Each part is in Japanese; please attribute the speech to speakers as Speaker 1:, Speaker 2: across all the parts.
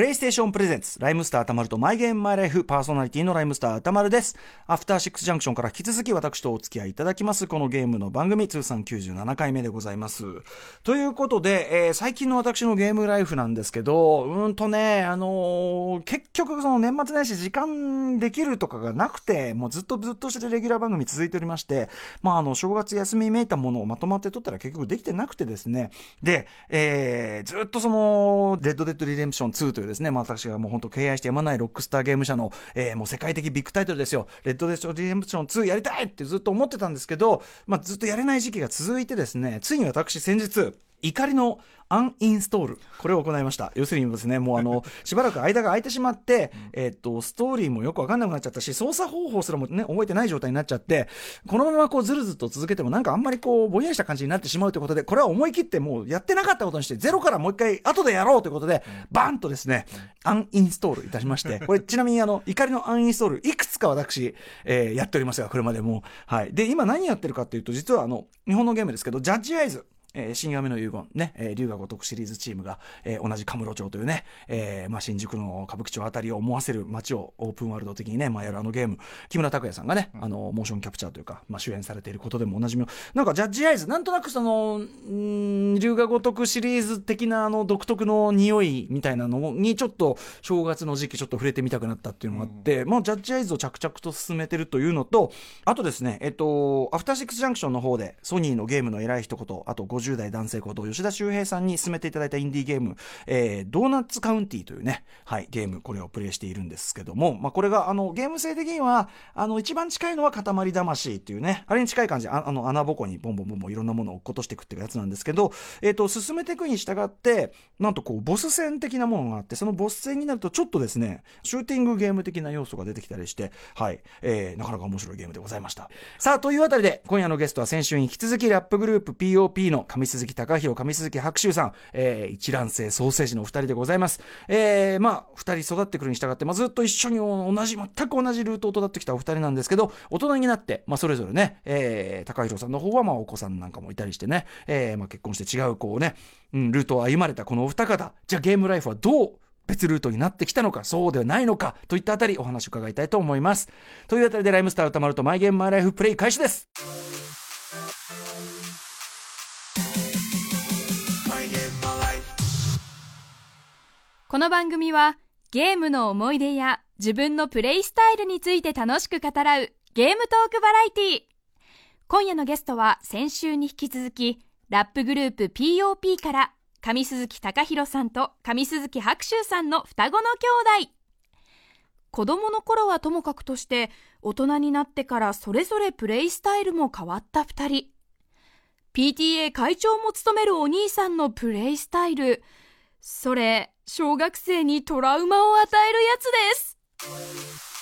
Speaker 1: プレイステーションプレゼンツ、ライムスターたまるとマイゲームマイライフパーソナリティのライムスターたまるです。アフターシックスジャンクションから引き続き私とお付き合いいただきます、このゲームの番組、通算97回目でございます。ということで、えー最近の私のゲームライフなんですけど、うーんとね、あのー結局その年末年始時間できるとかがなくて、もうずっとずっとしてレギュラー番組続いておりまして、まああの、正月休みめいたものをまとまって撮ったら結局できてなくてですね、で、えーずっとその、デッド・デッド・リデンプション2というですね、まあ、私がもう本当敬愛してやまないロックスターゲーム社の、えーもう世界的ビッグタイトルですよ。レッド・デッド・リデンプション2やりたいってずっと思ってたんですけど、まあ、ずっとやれない時期が続いてですね、ついに私先日、怒りのアンインストール。これを行いました。要するにですね、もうあの、しばらく間が空いてしまって、えっと、ストーリーもよくわかんなくなっちゃったし、操作方法すらもね、覚えてない状態になっちゃって、このままこう、ずるずると続けても、なんかあんまりこう、ぼんやりした感じになってしまうということで、これは思い切ってもうやってなかったことにして、ゼロからもう一回後でやろうということで、バンとですね、アンインストールいたしまして、これちなみにあの、怒りのアンインストール、いくつか私、えーやっておりますが、これまでもう。はい。で、今何やってるかっていうと、実はあの、日本のゲームですけど、ジャッジアイズ。えー、新雨の遺言、ね、えー、龍が如くシリーズチームが、えー同じ神室町というね、えーまあ、新宿の歌舞伎町あたりを思わせる街をオープンワールド的にね、まあ、やるあのゲーム、木村拓哉さんがね、あの、モーションキャプチャーというか、まあ、主演されていることでもおなじみの、なんかジャッジアイズ、なんとなくその、うーん龍が如くシリーズ的なあの独特の匂いみたいなのに、ちょっと正月の時期ちょっと触れてみたくなったっていうのがあって、まあ、ジャッジアイズを着々と進めてるというのと、あとですね、えっと、アフターシックスジャンクションの方で、ソニーのゲームの偉い一言、あと50代男性こと、吉田修平さんに勧めていただいたインディーゲーム、えードーナツカウンティーというね、はい、ゲーム、これをプレイしているんですけども、まあ、これが、あの、ゲーム性的には、あの、一番近いのは、塊魂っていうね、あれに近い感じ、ああの、穴ぼこにボンボンボンボンいろんなものを落っことしていくっていうやつなんですけど、えっ、と、進めていくに従って、なんとこう、ボス戦的なものがあって、そのボス戦になると、ちょっとですね、シューティングゲーム的な要素が出てきたりして、はい、えーなかなか面白いゲームでございました。さあ、というあたりで、今夜のゲストは先週に引き続き、ラップグループ POP の上鈴木隆弘、上鈴木白秋さん、えー一卵性ソーセージのお二人でございます。えーまあ、二人育ってくるに従って、まあ、ずっと一緒に同じ、全く同じルートをたってきたお二人なんですけど、大人になって、まあ、それぞれね、えー、高弘さんの方は、まあ、お子さんなんかもいたりしてね、えーまあ、結婚して違う、こうね、うん、ルートを歩まれたこのお二方、じゃあゲームライフはどう別ルートになってきたのか、そうではないのか、といったあたりお話を伺いたいと思います。というあたりで、ライムスター歌丸とマイゲームマイライフプレイ開始です。
Speaker 2: この番組はゲームの思い出や自分のプレイスタイルについて楽しく語らうゲームトークバラエティー。今夜のゲストは先週に引き続きラップグループ POP から上鈴木隆弘さんと上鈴木白秋さんの双子の兄弟。子供の頃はともかくとして大人になってからそれぞれプレイスタイルも変わった二人。PTA 会長も務めるお兄さんのプレイスタイル。それ、小学生にトラウマを与えるやつです。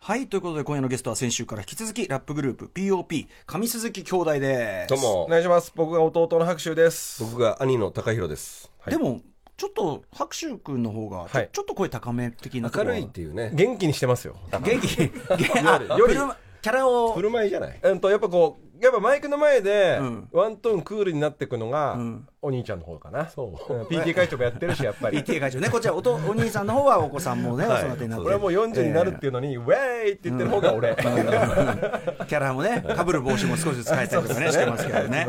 Speaker 1: はい、ということで、今夜のゲストは先週から引き続き、ラップグループ POP、上鈴木兄弟です。
Speaker 3: どうも
Speaker 4: お願いします。僕が弟の白秋です。
Speaker 3: 僕が兄の高弘です、
Speaker 1: でも、ちょっと、白秋くんの方が、ちょ
Speaker 4: はい
Speaker 1: ちょっと声高め的なとこ
Speaker 3: 明
Speaker 1: ろ
Speaker 3: る
Speaker 1: はい
Speaker 3: っていうね
Speaker 4: 元気にしてますよ。
Speaker 1: 元気、元気、
Speaker 4: より
Speaker 1: あ
Speaker 4: よ
Speaker 1: 振
Speaker 4: り
Speaker 1: る舞キャラを
Speaker 3: 振、る舞いじゃない
Speaker 4: うんとやっぱこうやっぱマイクの前で、
Speaker 1: うん
Speaker 4: ワントーンクールになっていくのが、
Speaker 1: うん
Speaker 4: お兄ちゃんの方かな。
Speaker 3: そう
Speaker 4: うん PK 会長もやってるしやっ ぱり。
Speaker 1: PTA 会長ね、こちらおと、お兄さんの方はお子さんもね、お育てになって。
Speaker 4: 俺はもう40になるっていうのに、ウェーイって言ってる方が俺。
Speaker 1: キャラもね、かぶる帽子も少しずつ変えたりとかね、してますけどね。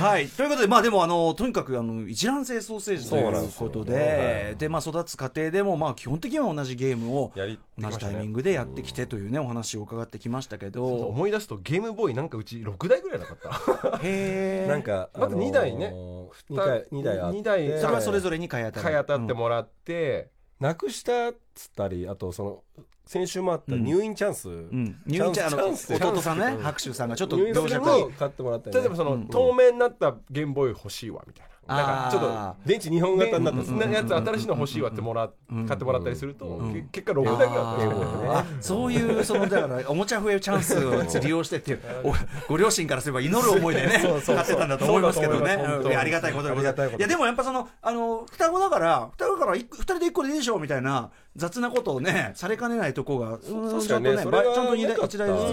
Speaker 1: はい。ということで、まあでも、あの、とにかく、あの、一卵性ソーセージとい
Speaker 4: そうなん
Speaker 1: う
Speaker 4: ですよ
Speaker 1: ことで、で、まあ、育つ過程でも、まあ、基本的には同じゲームを、
Speaker 4: やり
Speaker 1: 同じタイミングでやってきてというね、お話を伺ってきましたけど、
Speaker 4: 思い出すとゲームボーイなんかうち6台ぐらいなかった。
Speaker 1: へー
Speaker 3: なんか
Speaker 4: まず二台ね
Speaker 3: 2台二台あっ
Speaker 4: 二台
Speaker 3: て
Speaker 1: それはそれぞれに買い当た
Speaker 4: 買い
Speaker 1: る。
Speaker 4: 当たってもらって、
Speaker 3: なくしたっつったりあとその先週もあった入院チャンス、
Speaker 1: うん。うん。入院ちゃん、あ
Speaker 3: チャ
Speaker 1: の、
Speaker 3: ンスチャンス
Speaker 1: 弟さんね、白秋さんがちょっと
Speaker 3: 入院
Speaker 1: 同
Speaker 3: す
Speaker 1: 時
Speaker 3: る
Speaker 1: に
Speaker 3: を買ってもらったり、
Speaker 4: 例え
Speaker 3: ね
Speaker 4: ばその、
Speaker 1: うん
Speaker 4: 透明になったゲームボーイ欲しいわみたいな。なんかちょ
Speaker 1: あ
Speaker 4: っ
Speaker 1: ー
Speaker 4: と電池日本型になっ
Speaker 1: うん
Speaker 4: た
Speaker 1: うん
Speaker 4: そんなやつ新しいの欲しいわってもらっ
Speaker 1: うん
Speaker 4: 買ってもらったりすると、
Speaker 1: うん
Speaker 4: け結果6台ぐらいあったんですよ
Speaker 3: ー
Speaker 1: あそういうそのだからおもちゃ増えチャンスを利用してっていうおご両親からすれば祈る思いでね
Speaker 3: そうそうそう
Speaker 1: 買ってたんだと思いますけどね
Speaker 3: そうだと思います本
Speaker 1: う
Speaker 3: 当
Speaker 1: んいやありがたいことでございます
Speaker 3: ありがたい
Speaker 1: い
Speaker 3: こと
Speaker 1: やでもやっぱそのあの双子だから双子だから一個二人で一個でいいでしょみたいな雑なことをねされかねないとこがうん
Speaker 3: 確
Speaker 1: ちゃ
Speaker 3: か
Speaker 1: んと
Speaker 3: にね
Speaker 1: ね
Speaker 3: そ
Speaker 1: ば
Speaker 3: れ
Speaker 1: ちゃんと
Speaker 3: が
Speaker 1: 一台
Speaker 3: なか
Speaker 1: ず
Speaker 3: っ
Speaker 1: つ
Speaker 3: たですね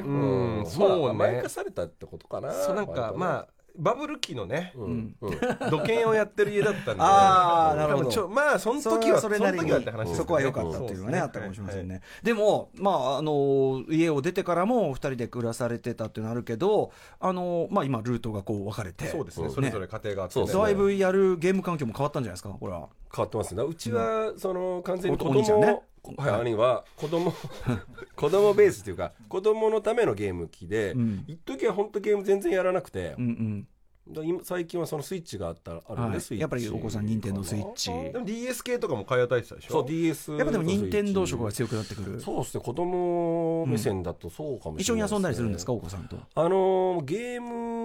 Speaker 1: ね
Speaker 4: うんう
Speaker 3: ま
Speaker 4: ん
Speaker 3: あ
Speaker 4: そうね
Speaker 3: 甘やかされたってことかな
Speaker 4: そうなんかまあバブル期のね、
Speaker 3: あうんうん
Speaker 4: 土建をやってる家だった んで
Speaker 1: あーなるほど
Speaker 4: 多分ちょまあその
Speaker 1: それ
Speaker 4: 時は
Speaker 1: はそれなり
Speaker 4: の
Speaker 1: に
Speaker 4: 時はって話ですね
Speaker 1: そこは良かったっていうのがねあったかもしれませんねでもまああの家を出てからも二人で暮らされてたっていうのあるけどあのまあ今ルートがこう分かれて
Speaker 4: そうですね、
Speaker 3: うん
Speaker 4: それぞれ家庭があって
Speaker 3: そ
Speaker 4: ね、
Speaker 3: うそう
Speaker 1: だいぶやるゲーム環境も変わったんじゃないですかこれは
Speaker 3: 変わってますねうちはその完全に
Speaker 1: お
Speaker 3: 子
Speaker 1: お兄ちゃん
Speaker 3: 供
Speaker 1: ね
Speaker 3: はい兄は子供子供ベースというか子供のためのゲーム機で
Speaker 1: うん
Speaker 3: 一時は本当ゲーム全然やらなくて
Speaker 1: うんうん
Speaker 3: だ今最近はそのスイッチがあったあるん
Speaker 1: は
Speaker 3: で
Speaker 1: い
Speaker 3: スイッチ
Speaker 1: やっぱりお子さん任天堂スイッチ
Speaker 4: でも DS 系とかも買い与えてたでしょ
Speaker 3: そう DS
Speaker 1: やっぱでも任天堂色
Speaker 3: 色
Speaker 1: が強くなってくる
Speaker 3: そうですね子供目線だとそうかもし
Speaker 1: 一
Speaker 3: れ
Speaker 1: 緒に
Speaker 3: ないですね
Speaker 1: 遊んだりするんですかお子さんと
Speaker 3: あのーゲー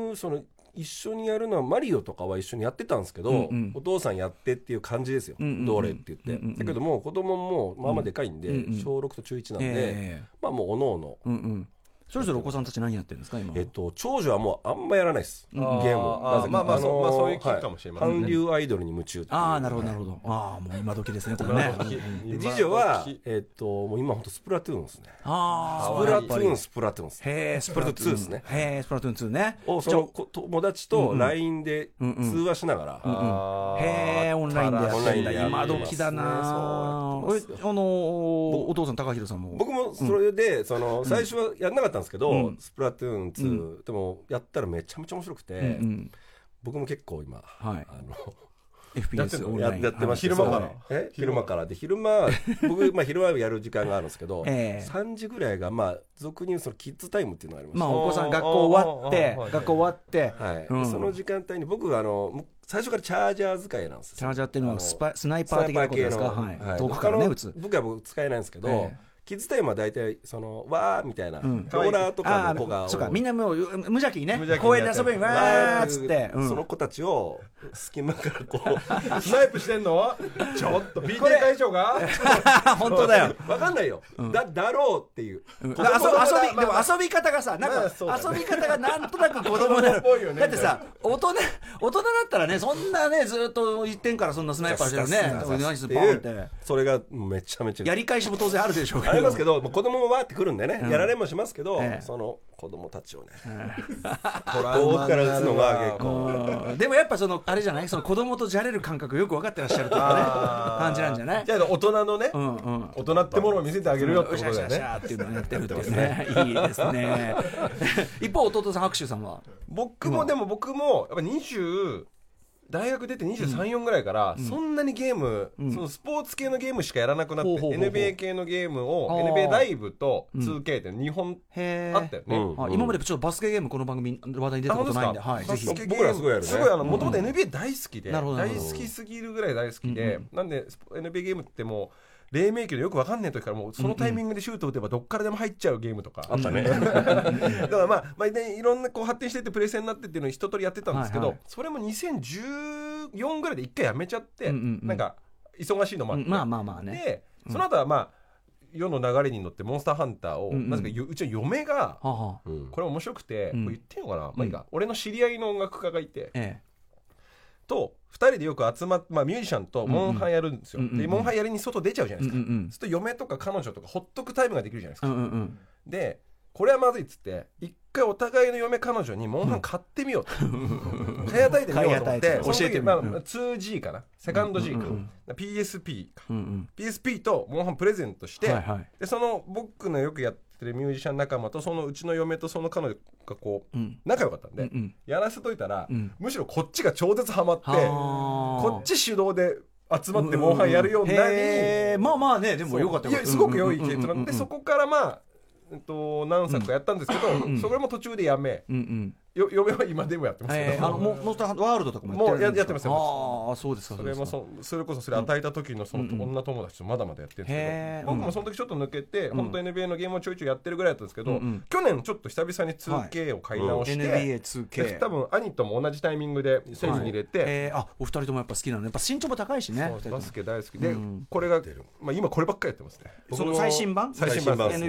Speaker 3: ムその一緒にやるのはマリオとかは一緒にやってたんですけど、
Speaker 1: うんうん
Speaker 3: お父さんやってっていう感じですよ、
Speaker 1: うんうんうん
Speaker 3: どれって言って、
Speaker 1: うんうんうん
Speaker 3: だけどもう子供もまあまあでかいんで、
Speaker 1: うんうん
Speaker 3: 小6と中1なんで、
Speaker 1: え
Speaker 3: まあもうおのおの
Speaker 1: えうんうんそれぞれお子さんたち何やってるんですか今
Speaker 3: えっと長女はもうあんまやらないです、
Speaker 1: うん
Speaker 3: ゲ
Speaker 1: あー
Speaker 3: ームを
Speaker 4: あー
Speaker 3: ぜか
Speaker 4: まあまあそうまあそういう
Speaker 3: ー
Speaker 4: 気かもしれませんね
Speaker 3: 韓流アイドルに夢中っていう
Speaker 1: ああなるほどなるほどああもう今時ですねこれね
Speaker 3: で次女は、えっともう今本当スプラトゥーンですね
Speaker 1: ああ
Speaker 3: スプラトゥーン
Speaker 1: へ
Speaker 3: スプラトゥーンです
Speaker 1: えスプラトゥーン
Speaker 3: スプラトゥーンですね
Speaker 1: へえスプラトゥーン2ね
Speaker 3: をそのこ友達と LINE で通話しながら、
Speaker 4: あー
Speaker 1: へえオンラインでやってんだ
Speaker 3: オンラインでやってま
Speaker 1: 今
Speaker 3: すね
Speaker 1: 時だなえあの
Speaker 3: そうやってます
Speaker 1: ーお父さん高弘さんも
Speaker 3: 僕もそれで、その最初はやんなかったんですけど、
Speaker 1: うん
Speaker 3: スプラトゥーン2、でもやったらめちゃめちゃ面白くて、
Speaker 1: うんうん
Speaker 3: 僕も結構今、
Speaker 1: はい
Speaker 3: あの
Speaker 4: やってん
Speaker 1: FPS
Speaker 4: の
Speaker 1: オン
Speaker 3: や
Speaker 1: ライン
Speaker 3: やってました
Speaker 1: は
Speaker 3: け
Speaker 1: い
Speaker 3: ど
Speaker 4: 昼間から
Speaker 3: え昼間からで昼間僕、まあ、昼間やる時間があるんですけど、
Speaker 1: ええ
Speaker 3: 3時ぐらいがまあ俗に言うそのキッズタイムっていうのがありまして、
Speaker 1: まあお子さん
Speaker 4: あー
Speaker 1: 学校終わっ
Speaker 4: あ
Speaker 1: て
Speaker 4: ーあーあー
Speaker 1: 学校終わって
Speaker 3: はい
Speaker 1: うん
Speaker 3: その時間帯に僕あのむ最初からチャージャー使いなんですよ
Speaker 1: チャージャーっていうのはス
Speaker 3: あ
Speaker 1: パスナイパー的なことですか
Speaker 3: スナ
Speaker 1: は
Speaker 3: イパー系の
Speaker 1: い
Speaker 3: はい
Speaker 1: 遠くからね
Speaker 3: 他の
Speaker 1: 撃つ
Speaker 3: 僕は僕使えないんですけど、
Speaker 1: ええ
Speaker 3: キッズタイムは大体そのわーみたいな、
Speaker 1: ん
Speaker 3: ローラーとか
Speaker 1: あ
Speaker 3: の子が
Speaker 1: あそうかみんなもうう無邪気にね
Speaker 4: 無邪気に
Speaker 1: 公園で遊びにわーっつってうん
Speaker 3: その子たちを隙間からこう
Speaker 4: スナイプしてんのちょっと BT 大将が
Speaker 1: あ本当だよ
Speaker 3: わかんないよ、だだろうっていう、
Speaker 1: うん
Speaker 3: 子
Speaker 1: だ
Speaker 3: 供
Speaker 1: から遊び遊
Speaker 4: まあ
Speaker 1: びでも遊び方がさなん
Speaker 4: ま
Speaker 1: か
Speaker 4: あそうだね
Speaker 1: 遊び方がなんとなく子供だ
Speaker 4: 子供っぽいよね
Speaker 1: だってさ大人大人だったらねそんなねずっと一点からそんなスナイパーしてるね
Speaker 3: ガスガスガス
Speaker 1: 何する
Speaker 3: っ
Speaker 1: バンって
Speaker 3: いう
Speaker 1: て
Speaker 3: それがめちゃめちゃ
Speaker 1: やり返しも当然あるでしょうけ
Speaker 3: あります
Speaker 1: ど
Speaker 3: けどもう子供もわーってくるんでね、やられもしますけど、
Speaker 1: ええ
Speaker 3: その子供たちをね、
Speaker 4: トラ
Speaker 3: 遠くから打つのが結構
Speaker 1: うんでもやっぱそのあれじゃないその子供とじゃれる感覚よく分かってらっしゃるとかね 感じなんじゃない
Speaker 4: じゃあ大人のね、
Speaker 1: うんうん
Speaker 4: 大人ってものを見せてあげるよってこと
Speaker 1: シャ
Speaker 4: だ
Speaker 1: シ
Speaker 4: よ
Speaker 1: ャシ
Speaker 4: ね
Speaker 1: ャっていうのをやってるっていう ねいいですね 一方弟さん白秋さんは
Speaker 4: 僕もでも僕もやっぱ20大学出て234ぐらいから、そんなにゲーム、
Speaker 1: ん
Speaker 4: そのスポーツ系のゲームしかやらなくなって、
Speaker 1: ほうほうほうほう
Speaker 4: NBA 系のゲームを
Speaker 1: あー
Speaker 4: NBA ライブと 2K って2本
Speaker 1: へ
Speaker 4: あったよね、
Speaker 3: うん
Speaker 1: あ今までちょっとバスケゲームこの番組話題に出たことないんで、はい、ぜひ。
Speaker 3: バスケ僕らすごいやるね
Speaker 4: すごいあの元々 NBA 大好きで、
Speaker 1: なるほどな
Speaker 4: 大
Speaker 1: るほど
Speaker 4: 好きすぎるぐらい大好きで、なんでスポ NBA ゲームってもう黎明期のよくわかんない時からもうそのタイミングでシュート打てばどっからでも入っちゃうゲームとか、
Speaker 3: あったね、
Speaker 4: だからまあ、まあね、いろんなこう発展してってプレイ戦になってっていうのを一通りやってたんですけど、
Speaker 1: はいはい
Speaker 4: それも2014ぐらいで一回やめちゃって、
Speaker 1: うんうんうん
Speaker 4: なんか忙しいのもあ
Speaker 1: う
Speaker 4: っ
Speaker 1: ん
Speaker 4: て、
Speaker 1: まあまあまあね。
Speaker 4: でその後はまあ世の流れに乗って「モンスターハンターを」
Speaker 1: うんうん
Speaker 4: なぜかようちの嫁が
Speaker 1: はあはあ
Speaker 3: うん
Speaker 4: これ面白くて、
Speaker 1: うん
Speaker 4: これ言ってんのかな、まあいいか俺の知り合いの音楽家がいて
Speaker 1: え
Speaker 4: と2人でよく集まって、まあ、ミュージシャンとモンハンやるんですよ、
Speaker 1: うんうん
Speaker 4: でモンハンやりに外出ちゃうじゃ
Speaker 1: え。
Speaker 4: な
Speaker 1: う
Speaker 4: い
Speaker 1: ん
Speaker 4: で
Speaker 1: う
Speaker 4: す
Speaker 1: ん
Speaker 4: か、そうすると嫁とか彼女とかほっとくタイムができるじゃないです
Speaker 1: う
Speaker 4: か、
Speaker 1: ん。うんうんうん。
Speaker 4: でこれはまずいっつって一回お互いの嫁彼女にモンハン買ってみようと、買い与えてみようと思っ
Speaker 1: 買い与え
Speaker 4: て
Speaker 1: て
Speaker 4: その時
Speaker 1: 教えてみ
Speaker 4: ま
Speaker 1: よ
Speaker 4: あ、
Speaker 1: ううん
Speaker 4: 2G かなセカンド G か、
Speaker 1: うんうんうん
Speaker 4: PSP か
Speaker 1: うんうん。
Speaker 4: PSP とモンハンプレゼントして、
Speaker 1: はいはい。
Speaker 4: でその僕のよくやってるミュージシャン仲間とそのうちの嫁とその彼女がこう
Speaker 1: うん。
Speaker 4: 仲良かったん
Speaker 1: う
Speaker 4: で、
Speaker 1: んうん。
Speaker 4: やらせといたら、
Speaker 1: うん
Speaker 4: むしろこっちが超絶ハマって
Speaker 1: はあ
Speaker 4: こっち主導で集まってモンハンやるようになり、
Speaker 1: へえまあまあね、でもよかった
Speaker 4: いやすごく良い
Speaker 1: うんうんう
Speaker 4: 結
Speaker 1: んうん
Speaker 4: 論でそこからまあ、えっと、何作かやったんですけど、
Speaker 1: んうん
Speaker 4: それも途中でやめ
Speaker 1: うんうん。
Speaker 4: よ嫁は今でもやってますけど、
Speaker 1: えーあのモモンスターハンターワールドとかもやってるんですか
Speaker 4: もうややってますやって
Speaker 1: ああそうですか
Speaker 4: それも
Speaker 1: うですか
Speaker 4: そそれこそそれ与えた時のその女友達とまだまだやってるん
Speaker 1: へ
Speaker 4: ですけ
Speaker 1: ー
Speaker 4: ど、僕もその時ちょっと抜けて、本当 NBA のゲームをちょいちょいやってるぐらいだったんですけど、
Speaker 1: うんうん
Speaker 4: 去年ちょっと久々に 2K を買い直して、で
Speaker 1: NBA2K
Speaker 4: 多分兄とも同じタイミングで手に入れて、
Speaker 1: はいえーあお二人ともやっぱ好きなのやっぱ身長も高いしね
Speaker 4: そう
Speaker 1: 二人とも
Speaker 4: バスケ大好きで、
Speaker 1: うん
Speaker 4: これが、まあ、今こればっかりやってますね
Speaker 1: その最新版
Speaker 4: 最新版です
Speaker 3: ね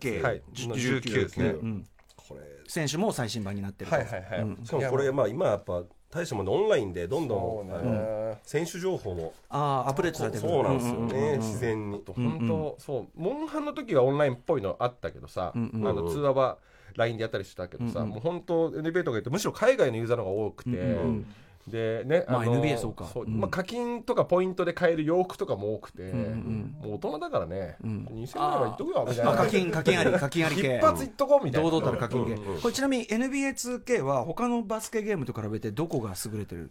Speaker 1: NBA2K19、
Speaker 4: はい
Speaker 1: 19
Speaker 4: 19ですね
Speaker 1: うん
Speaker 3: これ
Speaker 1: 選手も最新版になってると
Speaker 4: はいはいはい、
Speaker 1: うん
Speaker 3: しかもこれまあ今やっぱ大したもんでオンラインでどんど
Speaker 4: そ
Speaker 3: ん
Speaker 4: う
Speaker 3: あ
Speaker 4: ね、
Speaker 3: の選手情報も
Speaker 1: ああアップデートさ
Speaker 3: そ
Speaker 1: れ
Speaker 3: う
Speaker 1: てる
Speaker 3: そうなんですよ
Speaker 1: ううんうん
Speaker 3: ね自然に
Speaker 1: ん
Speaker 4: 本当そうモンハンの時はオンラインっぽいのあったけどさ、
Speaker 1: うんうん
Speaker 4: あの通話は LINE でやったりしたけどさ、もう本当 NBA とか言ってむしろ海外のユーザーの方が多くて、
Speaker 1: うん
Speaker 4: でね、
Speaker 1: まあ
Speaker 4: の
Speaker 1: NBA そうかうん
Speaker 4: まあ、課金とかポイントで買える洋服とかも多くて、
Speaker 1: ん
Speaker 4: もう大人だからね、
Speaker 1: うん
Speaker 4: 2000円はいっとくよみたい
Speaker 1: あ
Speaker 4: な
Speaker 1: 課金課 金あり課金あり系
Speaker 4: 一発いっとこうみたいな
Speaker 1: 堂々たる課金系、
Speaker 3: うんうんうん
Speaker 1: これちなみに NBA2K は他のバスケゲームと比べてどこが優れてる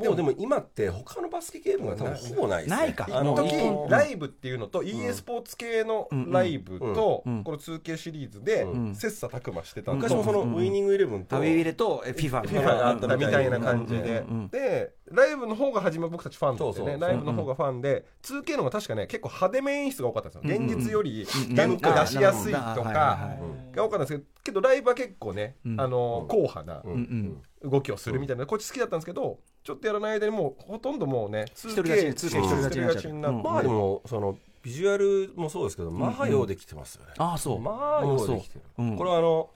Speaker 3: でもでも今って他のバスケゲームが多分ほぼないですね
Speaker 1: ないか
Speaker 3: あ
Speaker 1: も
Speaker 3: の
Speaker 1: う
Speaker 4: 時
Speaker 1: 一本
Speaker 4: ライブっていうのと EA スポーツ系のライブと
Speaker 1: うんうん
Speaker 4: この 2K シリーズで
Speaker 3: うん
Speaker 4: 切磋琢磨してたんで
Speaker 3: 昔もそのウイニングイレブンと
Speaker 1: アビビレとえ FIFA みたいな
Speaker 4: あったみたいな感じで
Speaker 1: うんうんうん
Speaker 4: でライブの方が初め僕たちファンで
Speaker 3: そ
Speaker 4: ね
Speaker 3: うそう
Speaker 4: ライブの方がファンで 2K の方が確かね結構派手め演出が多かったんですよ、
Speaker 1: うん
Speaker 4: 現実より
Speaker 1: うん
Speaker 4: ダンク出しやすいと
Speaker 1: うんはいはい
Speaker 4: か
Speaker 1: はい
Speaker 4: が多かったんですけどけどライブは結構ね、
Speaker 1: うん
Speaker 4: あの硬派な
Speaker 3: うん
Speaker 1: うんうん
Speaker 4: 動きをするみたいな、こっち好きだったんですけどちょっとやらない間にもうほとんどもうね
Speaker 1: 一人勝ち 2K 一
Speaker 4: 2K
Speaker 1: 人勝ちになっちゃった
Speaker 4: 一人勝になって
Speaker 1: うん
Speaker 3: まあでもそのビジュアルもそうですけどまあようできてますよね
Speaker 1: ああそう
Speaker 3: まあようできて
Speaker 1: う
Speaker 3: る
Speaker 1: ん
Speaker 3: これはあの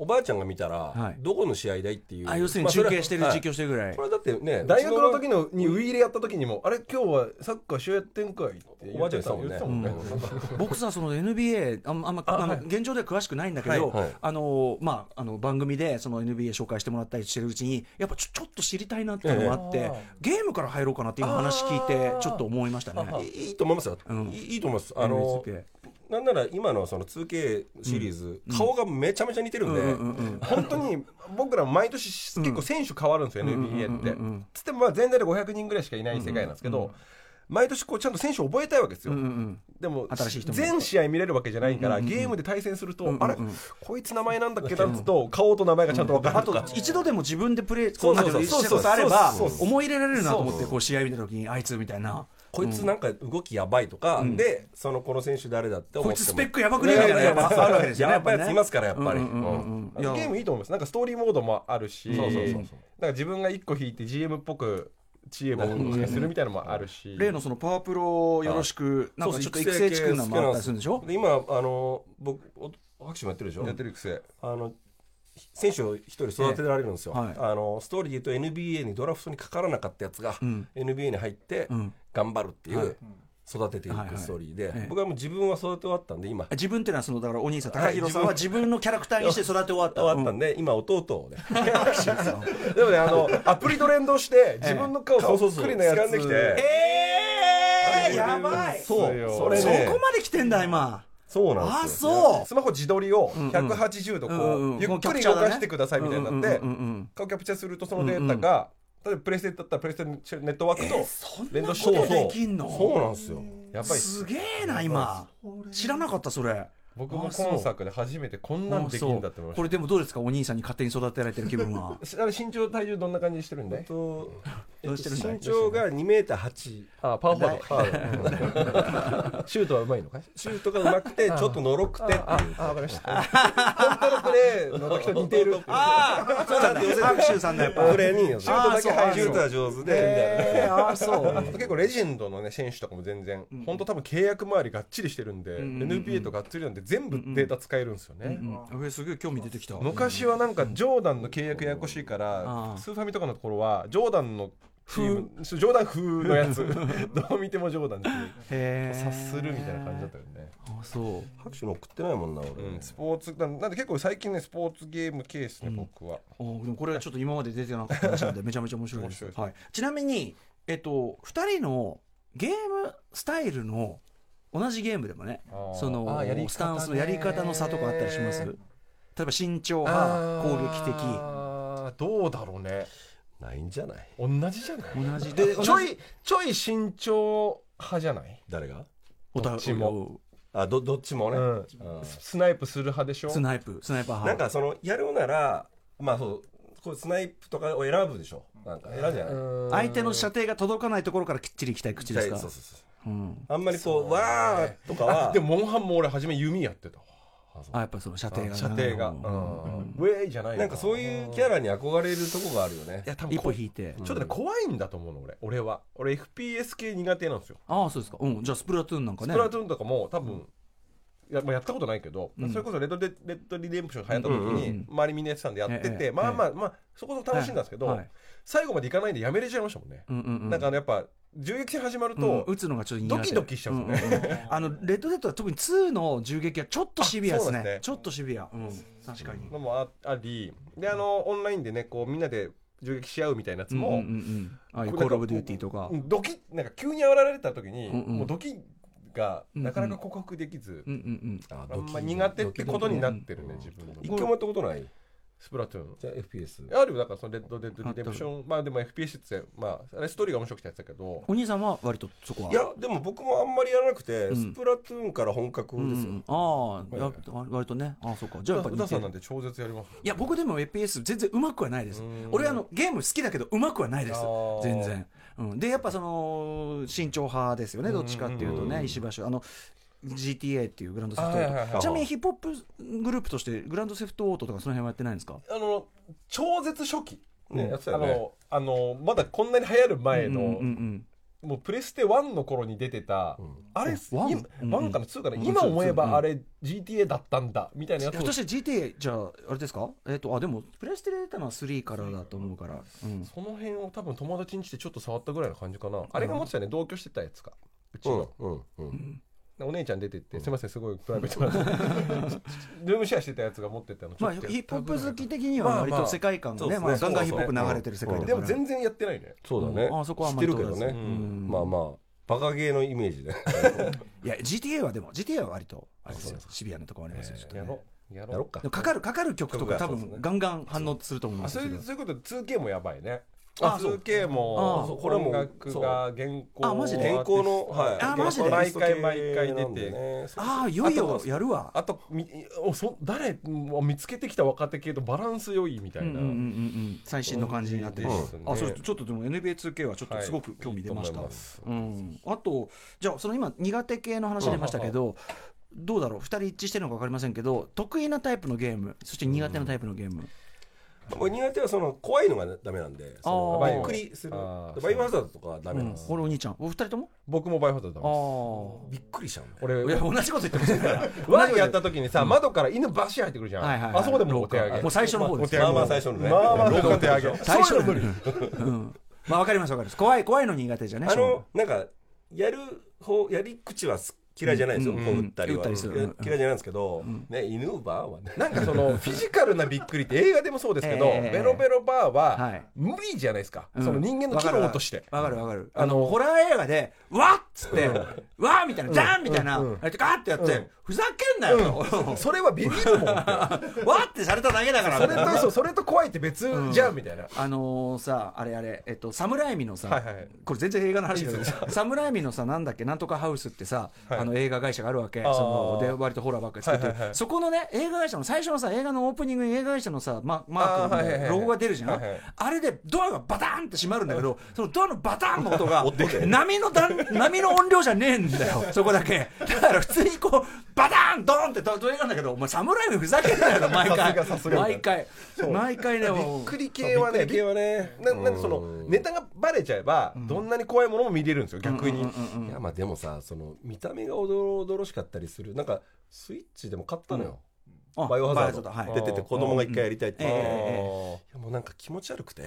Speaker 3: おばあちゃんが見た
Speaker 1: は
Speaker 3: ら
Speaker 1: い
Speaker 3: どこの試合だいっていう
Speaker 1: あ要するに
Speaker 3: まあそ
Speaker 1: 中
Speaker 3: れ
Speaker 1: 継
Speaker 3: は
Speaker 1: してる、
Speaker 3: はい
Speaker 1: 実況してるぐらい
Speaker 3: これだってね
Speaker 4: 大学の
Speaker 3: うち
Speaker 4: 時のにウイイレやった時にも、あれ今日はサッカー試合やってんかいって言って
Speaker 3: おばあちゃんでしたもん
Speaker 4: 言っ
Speaker 3: ね
Speaker 4: てたもんね。
Speaker 3: うん
Speaker 1: 僕さ、その NBA、あんあんまあの現状では詳しくないんだけど
Speaker 3: はいはい、
Speaker 1: あのまああの番組でその NBA 紹介してもらったりしてるうちに、やっぱちょちょっと知りたいなっていうのもあって、ゲームから入ろうかなって今話聞いて、ちょっと思いましたね。
Speaker 3: いいと思いますよ
Speaker 1: うん
Speaker 3: いいいいと思いますあの
Speaker 1: NBA
Speaker 3: なんなら今のその 2K シリーズ顔がめちゃめちゃ似てるんで
Speaker 1: うんうんうん
Speaker 4: 本当に僕ら毎年結構選手変わるんですよ、NBA って。つってもまあ全体で500人ぐらいしかいない世界なんですけど、毎年こうちゃんと選手を覚えたいわけですよ。
Speaker 1: うんうん
Speaker 4: でも
Speaker 1: 新しい人も
Speaker 4: 全試合見れるわけじゃないから、ゲームで対戦すると、あれこいつ名前なんだっけなんつうと顔と名前がちゃんと分か
Speaker 1: あ
Speaker 4: ると
Speaker 1: と
Speaker 4: か。
Speaker 1: 一度でも自分でプレーこ
Speaker 3: そうう
Speaker 1: な
Speaker 3: そ
Speaker 1: ん
Speaker 3: う
Speaker 1: て
Speaker 3: そう
Speaker 1: したことあれば
Speaker 3: そうそうそう
Speaker 1: 思い入れられるなと思ってこう試合見た時にあいつみたいな
Speaker 3: こいつなんか動きやばいとかでそのこの選手誰だって思
Speaker 1: こい
Speaker 3: っても
Speaker 1: つスペックやばくねえみたいな
Speaker 3: や
Speaker 1: や
Speaker 3: ば
Speaker 1: つあるわけですよね
Speaker 3: やばいやついますからやっぱり
Speaker 1: うんうんうんうん
Speaker 4: あのゲームいいと思います。なんかストーリーモードもあるし、
Speaker 3: そうそうそうそう
Speaker 4: なんか自分が一個引いて GM っぽくチームをするみたいなのもあるし、
Speaker 1: 例のそのパワープロをよろしくなんかちょっと育成地区なのもあったりするんでしょ
Speaker 3: で今あの僕お拍手もやってるでしょ
Speaker 4: やってるくせ。
Speaker 3: あの選手を一人育てられるんですよ、
Speaker 1: ええはい
Speaker 3: あのストーリーで言うと NBA にドラフトにかからなかったやつが、
Speaker 1: ん
Speaker 3: NBA に入って
Speaker 1: ん
Speaker 3: 頑張るっていう、
Speaker 1: はい
Speaker 3: 育ててい
Speaker 1: はいはい
Speaker 3: くストーリーで、
Speaker 1: ええ
Speaker 3: 僕はもう自分は育て終わったんで今
Speaker 1: 自分っていうのはそのだからお兄さん高弘さんは自分のキャラクターにして育て終わった
Speaker 3: 終わったんで、今弟 をね
Speaker 4: でもね、あの、アプリと連動して、自分の顔
Speaker 3: そうそ
Speaker 4: そうっ
Speaker 3: そう
Speaker 4: くりのやつ。
Speaker 3: 掴んできて
Speaker 1: ええー、やばいそ
Speaker 3: そうそれね
Speaker 1: こまで来てんだ今
Speaker 3: そうなん
Speaker 1: あ
Speaker 3: ですよ
Speaker 1: そ
Speaker 4: スマホ自撮りを180度こ
Speaker 1: うんうん
Speaker 4: う、ゆっくり動かしてくださいみたいになって
Speaker 1: うんうんうんうん、
Speaker 4: 顔キャプチャーするとそのデータが、例えばプレステだったらプレステネットワーク
Speaker 1: え
Speaker 4: と
Speaker 1: そんな
Speaker 4: 連動
Speaker 1: こと
Speaker 4: して、
Speaker 1: できんの
Speaker 3: そうなんですよ
Speaker 4: やばいっす。
Speaker 1: すげえな今知らなかったそれ
Speaker 4: 僕も今作で初めてこんなんできるんだって思いま
Speaker 1: こ
Speaker 4: し
Speaker 1: れでもどうですかお兄さんに勝手に育てられてる気分は
Speaker 4: た。あれ身長体重どんな感じにしてるんで
Speaker 3: と
Speaker 1: どうしてるんだい
Speaker 3: 身長が2メーター8
Speaker 4: あパワーフォワー ドシュートはうまいのかい
Speaker 3: シュートが上手くてちょっとのろくてっていう
Speaker 4: あわかりました。本当のプレーの時と似てるっていう。
Speaker 1: ああそうなんだ白州さんの やっぱ
Speaker 3: プレーにシュートだけ入るシ
Speaker 1: あ
Speaker 3: ュ
Speaker 1: そう
Speaker 3: ートは上手でみたいな
Speaker 1: えー、ああそう
Speaker 4: あと結構レジェンドのね選手とかも全然、本当多分契約周りがっちりしてるんで、NBA とがっつりなんで全部データ使えるんですよね、
Speaker 1: うんえすげえ興味出てきた
Speaker 4: 昔はなんかジョーダンの契約ややこしいから、
Speaker 1: あー
Speaker 4: スーファミとかのところはジョーダンのチームジョーダン風のや つどう見てもジョーダンっていう
Speaker 1: へえ
Speaker 4: 察するみたいな感じだったよね、
Speaker 1: あそう
Speaker 3: 拍手の送ってないもんな俺、
Speaker 4: うんスポーツなんなんで結構最近ねスポーツゲーム系ですね、僕は
Speaker 1: おでもこれはちょっと今まで出てなかった話 なんでめちゃめちゃ面白いです
Speaker 4: 面白いです
Speaker 1: はい、ちなみに、えっと、2人のゲームスタイルの同じゲームでもね
Speaker 4: あー
Speaker 1: その
Speaker 4: あーやり方ね
Speaker 1: スタンスのやり方の差とかあったりします例えば身長派攻撃的
Speaker 4: あーどうだろうね
Speaker 3: ないんじゃない
Speaker 4: 同じじゃない
Speaker 1: 同じで
Speaker 4: ちょいちょい身長派じゃない
Speaker 3: 誰が
Speaker 1: お互い
Speaker 4: どっちも
Speaker 3: あどどっちもね、
Speaker 4: うん、スナイプする派でしょ
Speaker 1: スナイプスナイパー
Speaker 3: なん
Speaker 1: 派
Speaker 3: かそのやるならまあそうこうスナイプとかを選ぶでしょなんか選ぶじゃない、
Speaker 1: 相手の射程が届かないところからきっちり行きたい口ですか
Speaker 3: そうそうそ
Speaker 1: う
Speaker 3: う
Speaker 1: ん
Speaker 3: あんまりこうわーとかは
Speaker 4: でもモンハンも俺初め弓やってたわ
Speaker 1: あやっぱその射程が
Speaker 3: 射程が、
Speaker 1: うん
Speaker 3: うん
Speaker 4: ウェイじゃない
Speaker 3: なんかそう
Speaker 4: う
Speaker 3: いうキャラに憧れるとこがあるよね
Speaker 4: いや多分
Speaker 1: 一
Speaker 4: こ
Speaker 1: 歩
Speaker 4: うち
Speaker 1: 引いて
Speaker 4: ょっとね怖いんだと思うの俺俺は俺 FPS 系苦手なんですよ
Speaker 1: ああそうですかうんじゃあスプラトゥーンなんか
Speaker 4: ス
Speaker 1: ね
Speaker 4: プラトゥーンとかも多分やまあやったことないけど
Speaker 1: うん
Speaker 4: それこそレッドデレッドリデンプションが流行
Speaker 1: う
Speaker 4: った時
Speaker 1: んうん
Speaker 4: に周りみんなやってたんでやって
Speaker 1: ええ
Speaker 4: てまあまあまあそこそこ楽しんだんですけ
Speaker 1: はい
Speaker 4: ど
Speaker 1: はい
Speaker 4: 最後までいかないんでやめれちゃいましたもんね
Speaker 1: うんうんうん
Speaker 4: なんかあのやっぱ銃撃戦始まる
Speaker 1: うん
Speaker 4: と
Speaker 1: 打つのがちょっと苦手
Speaker 4: ドキドキしちゃうんですよ
Speaker 1: んんうんあのレッドデッドは特に2の銃撃はちょっとシビアです
Speaker 4: あそうなん
Speaker 1: ね
Speaker 4: ですね
Speaker 1: ちょっとシビアうん確かに
Speaker 4: のもあありであのオンラインでねこうみんなで銃撃し合うみたいなやつ
Speaker 1: うんうんう
Speaker 4: も
Speaker 1: んうんああいうコールオブデューティーとか
Speaker 4: うんドキなんか急にあられた時に
Speaker 1: うんうん
Speaker 4: もうドキがなかなか克服できず
Speaker 1: うんうん
Speaker 3: あ
Speaker 4: あんま苦手ってことになってるね自分の
Speaker 3: 一回もやったことない
Speaker 4: スプラトゥーン
Speaker 3: じゃあ FPS
Speaker 4: あるよだからそのレッド・デッド・リデンプションまあでも FPS ってまああれストーリーが面白くてやってたけど
Speaker 1: お兄さんは割とそこはい
Speaker 3: やでも僕もあんまりやらなくて、
Speaker 1: うん
Speaker 3: スプラトゥーンから本格
Speaker 1: うんう
Speaker 3: ですよ、
Speaker 1: んああ
Speaker 3: い
Speaker 1: や割とねああそうかじゃあやっぱ
Speaker 4: 宇
Speaker 1: 似
Speaker 4: 田
Speaker 1: て
Speaker 4: さん
Speaker 1: る
Speaker 4: なんて超絶やります
Speaker 1: いや僕でも FPS 全然うまくはないです
Speaker 4: うん
Speaker 1: 俺あのゲーム好きだけどうまくはないです
Speaker 4: あー
Speaker 1: 全然、うん、でやっぱその慎重派ですよねどっちかっていうとね、石橋あの GTA っていうグランドセフトオート、
Speaker 4: あはいはいはい
Speaker 1: ちなみにヒップホップグループとしてグランドセフトオートとかその辺はやってないんですか
Speaker 4: あの超絶初期
Speaker 3: ねやってたよね
Speaker 4: あのあのまだこんなに流行る前の、
Speaker 1: うんうんうん
Speaker 4: もうプレステ1の頃に出てた、あれ
Speaker 1: ワン
Speaker 4: 今
Speaker 1: うん
Speaker 4: ワンかな2かな、
Speaker 1: うん
Speaker 4: 今思え
Speaker 1: うん
Speaker 4: ばあれ GTA だったんだみたいなやつ
Speaker 1: 今
Speaker 4: を
Speaker 1: 年 GTA じゃああれですかえっ、とあでもプレステで出たのは3からだと思うから、うん、
Speaker 4: その辺を多分友達にしてちょっと触ったぐらいの感じかな、あれが持ってたよね同居してたやつかうちの、
Speaker 3: うんうんうん
Speaker 4: お姉ちゃん出てって、すみませんすごいプライベート なルームシェアしてたやつが持ってたのち
Speaker 1: ま
Speaker 4: ょ
Speaker 1: あ
Speaker 4: っ
Speaker 1: ヒ
Speaker 4: と
Speaker 1: ップホップ好き的には割と世界観がね,、
Speaker 3: まあ
Speaker 1: まあ
Speaker 3: まあ
Speaker 1: ガ
Speaker 3: そう
Speaker 1: ン
Speaker 3: ですね
Speaker 1: ガンヒップホップ流れてる世界だか
Speaker 4: で
Speaker 1: ら、
Speaker 4: も全然やってないね
Speaker 3: そうだね、
Speaker 1: うんあそこは
Speaker 3: 知
Speaker 1: ま
Speaker 3: っ
Speaker 1: あ
Speaker 3: てるけどね、
Speaker 1: 取らず
Speaker 3: うんまあまあバカゲーのイメージで
Speaker 1: いや GTA はでも GTA は割とあれですよシビアなところありますよ、ちょっとね
Speaker 4: やろうや
Speaker 3: やろっ
Speaker 4: ろ
Speaker 3: か
Speaker 1: でもかかるかかる曲とか多
Speaker 3: 曲がそうです
Speaker 1: 分
Speaker 3: ね
Speaker 1: ガンガン反応すると思いうま
Speaker 4: あ
Speaker 1: す
Speaker 4: そう
Speaker 1: よ
Speaker 4: いう
Speaker 1: そ
Speaker 4: そういうことで 2K もやばいね
Speaker 3: あ
Speaker 4: あ 2K
Speaker 1: あそ
Speaker 4: も
Speaker 3: うこれも
Speaker 4: 音楽が原稿
Speaker 1: あマジで
Speaker 3: 健康のはい
Speaker 1: あマジで
Speaker 4: 毎回毎回出
Speaker 3: なんで
Speaker 4: て、
Speaker 3: ねそ
Speaker 1: れ
Speaker 3: う
Speaker 1: ああいよいよやるわ
Speaker 4: あとみおそ誰も見つけてきた若手系とバランス良いみた
Speaker 1: う
Speaker 4: い
Speaker 1: んうんう
Speaker 4: な、
Speaker 1: んうんうん最新の感じになってるし
Speaker 4: そうですね
Speaker 1: あそれちょっとでも NBA2K はちょっと
Speaker 4: はい
Speaker 1: すごく興味出ました
Speaker 4: いいと思います
Speaker 1: うんあとじゃあその今苦手系の話出ましたけどどうだろう2人一致してるのか分かりませんけど得意なタイプのゲームそして苦手なタイプのゲーム
Speaker 3: 僕苦手はその怖いのがダメなんでその
Speaker 1: あー
Speaker 3: びっくりする
Speaker 4: あー
Speaker 3: バイオハザードとかはダメ
Speaker 1: う
Speaker 3: な
Speaker 1: ん
Speaker 3: んです、
Speaker 1: 俺お兄ちゃんお二人とも
Speaker 4: 僕もバイオハザードだもん
Speaker 1: あ
Speaker 3: びっくりしちゃうんだよ
Speaker 4: 俺
Speaker 1: あいや同じこと言ってますよ
Speaker 4: ワンやった時にさ、窓から犬バシ入ってくるじゃん、
Speaker 1: はいはいはい
Speaker 4: あそこでもうお手上げ
Speaker 1: もう最初の方です
Speaker 3: まあまあ最初のね
Speaker 4: まあまあお手上げ
Speaker 1: 最初
Speaker 4: そういうの無理
Speaker 1: うんまあわかりますわかります怖い怖いの苦手じゃね
Speaker 3: あのなんかやる方やり口は嫌いじゃないですよ、
Speaker 1: うん
Speaker 3: こう打ったり
Speaker 1: 打っ
Speaker 3: は、
Speaker 1: たりする
Speaker 3: 嫌いじゃないんですけど、ね犬バーはね
Speaker 4: なんかそのフィジカルなびっくりって映画でもそうですけど、
Speaker 1: ええ
Speaker 4: ベロベロバー
Speaker 1: は
Speaker 4: はい無理じゃないですか、
Speaker 1: うん
Speaker 4: その人間の機能として。
Speaker 1: わかるわかる。あの、ホラー映画で、わっつって、わーみたいな、じゃんみたいな、あれってガーってやって、ふざけんなよと
Speaker 4: それはビビるもん
Speaker 1: わってされただけだから
Speaker 4: それとそうそれと怖いって別じゃんみたいな、
Speaker 1: あのーさ、あれあれ、えっと、サムライミのさ、
Speaker 4: はいはい
Speaker 1: これ全然映画の話だけど、サムライミのさ、なんだっけ、なんとかハウスってさ、あの映画会社があるわけ、
Speaker 4: ー
Speaker 1: そので割とホラーばっかり作ってる、
Speaker 4: はいはいはい
Speaker 1: そこのね、映画会社の最初のさ、映画のオープニングに映画会社のさ、ママークの
Speaker 4: あーはいはいはい
Speaker 1: ロゴが出るじゃん、
Speaker 4: はいはい
Speaker 1: あれでドアがバターンって閉まるんだけど、そのドアのバターンの音 が
Speaker 3: 追ってきて、
Speaker 1: 波のだん波の音量じゃねえんだよ、そこだけ。だから普通にこう、バターン、ドーンって飛びなんだけど、お前、サムライミふざけんなよ、毎回。
Speaker 4: さすがさすが
Speaker 1: 毎回。毎回ね、もう
Speaker 4: びっくり系はね
Speaker 3: 系はね
Speaker 4: ななんかそのネタがバレちゃえば、どんなに怖いものも見れるんですよ逆に、
Speaker 3: いやまあでもさその見た目がおどろおどろしかったりするなんかスイッチでも買ったのよ、
Speaker 1: あ
Speaker 3: バイオハザード
Speaker 1: バイオハザードはい
Speaker 3: 出てて子供が一回やりたいって言って、
Speaker 1: うんええええ
Speaker 3: いやもうなんか気持ち悪くて、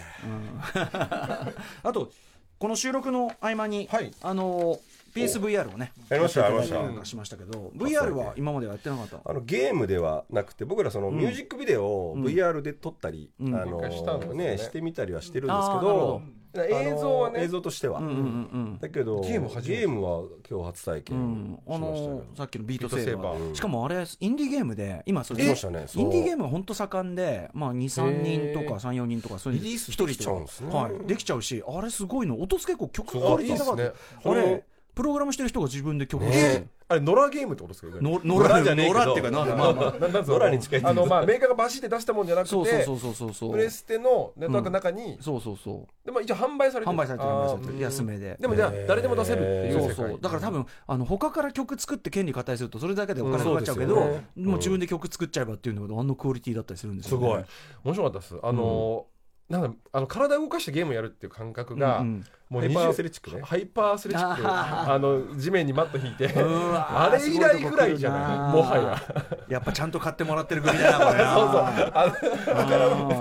Speaker 1: あとこの収録の合間に、
Speaker 4: はい
Speaker 1: あの PSVR をね
Speaker 3: やりました
Speaker 1: やっていだい
Speaker 3: や
Speaker 1: た
Speaker 3: り
Speaker 1: り
Speaker 3: ました
Speaker 1: とかしましたけど VR は今まではやってなかった
Speaker 3: あのゲームではなくて僕らそのミュージックビデオを VR で撮ったり、
Speaker 1: ん
Speaker 3: あ
Speaker 4: なんかしたんです
Speaker 3: の
Speaker 4: よ
Speaker 3: ね
Speaker 4: ね
Speaker 3: してみたりはしてるんですけ
Speaker 1: あーなるほど
Speaker 3: ど
Speaker 4: だから映像は
Speaker 3: あの
Speaker 4: ね
Speaker 3: 映像としては、
Speaker 1: うんうん
Speaker 3: だけど
Speaker 4: ゲーム初めて
Speaker 3: ゲームは今日初体
Speaker 1: う
Speaker 3: 験
Speaker 1: ん
Speaker 3: し
Speaker 1: あ
Speaker 3: ましたけど、
Speaker 1: のさっきのビートセーバー
Speaker 4: ビートセーバー
Speaker 1: しかもあれインディーゲームで今それ
Speaker 3: えそうでしたねそう
Speaker 1: インディーゲームは本当盛んで、まあ、23人とか34人とかそういうの
Speaker 3: リリース
Speaker 1: 一人とか
Speaker 3: できちゃうんですね
Speaker 1: はい、できちゃうしあれすごいの音つ結構曲が
Speaker 4: あ
Speaker 1: あれ
Speaker 4: いいっすね
Speaker 1: あ
Speaker 3: そ
Speaker 1: れ
Speaker 3: れ
Speaker 1: プログラムしてる人が自分で曲を
Speaker 4: えあれ野良ゲームってことですか
Speaker 1: の
Speaker 4: 野
Speaker 1: 野良
Speaker 3: じゃねえ
Speaker 1: 野
Speaker 3: けど
Speaker 1: 良っていうかなまあまあ
Speaker 3: 野良に近いっていう
Speaker 4: あのまあメーカーがバシって出したもんじゃなくて
Speaker 1: そうそうそうそうそう
Speaker 4: プレステのネットワークの中に、
Speaker 1: そうそうそう
Speaker 4: でも一応販売されてる
Speaker 1: 販売されてる販売されて
Speaker 4: あ
Speaker 1: る
Speaker 4: ー
Speaker 1: 安めで
Speaker 4: でもじゃあ誰でも出せるってい
Speaker 1: そ
Speaker 4: う世界
Speaker 1: うそうだから多分あの他から曲作って権利買ったりするとそれだけでお金かかっちゃうけど、
Speaker 4: う
Speaker 1: もう
Speaker 4: んそうですよね
Speaker 1: 自分で曲作っちゃえばっていうのがあのクオリティだったりするんです
Speaker 4: す
Speaker 1: よ、ね、
Speaker 4: ごい面白かったですあのー、なんだあの体を動かしてゲームやるっていう感覚が、
Speaker 1: うんうん
Speaker 4: もう
Speaker 3: ハイパー
Speaker 4: 20
Speaker 3: アスレチックね
Speaker 4: ハイパーアスレチック
Speaker 1: あ
Speaker 4: あの地面にマット引いて
Speaker 1: うわ
Speaker 4: あ
Speaker 1: ー
Speaker 4: れ以来ぐらいじゃないもはや
Speaker 1: やっぱちゃんと買ってもらってる組だなこ れそうそう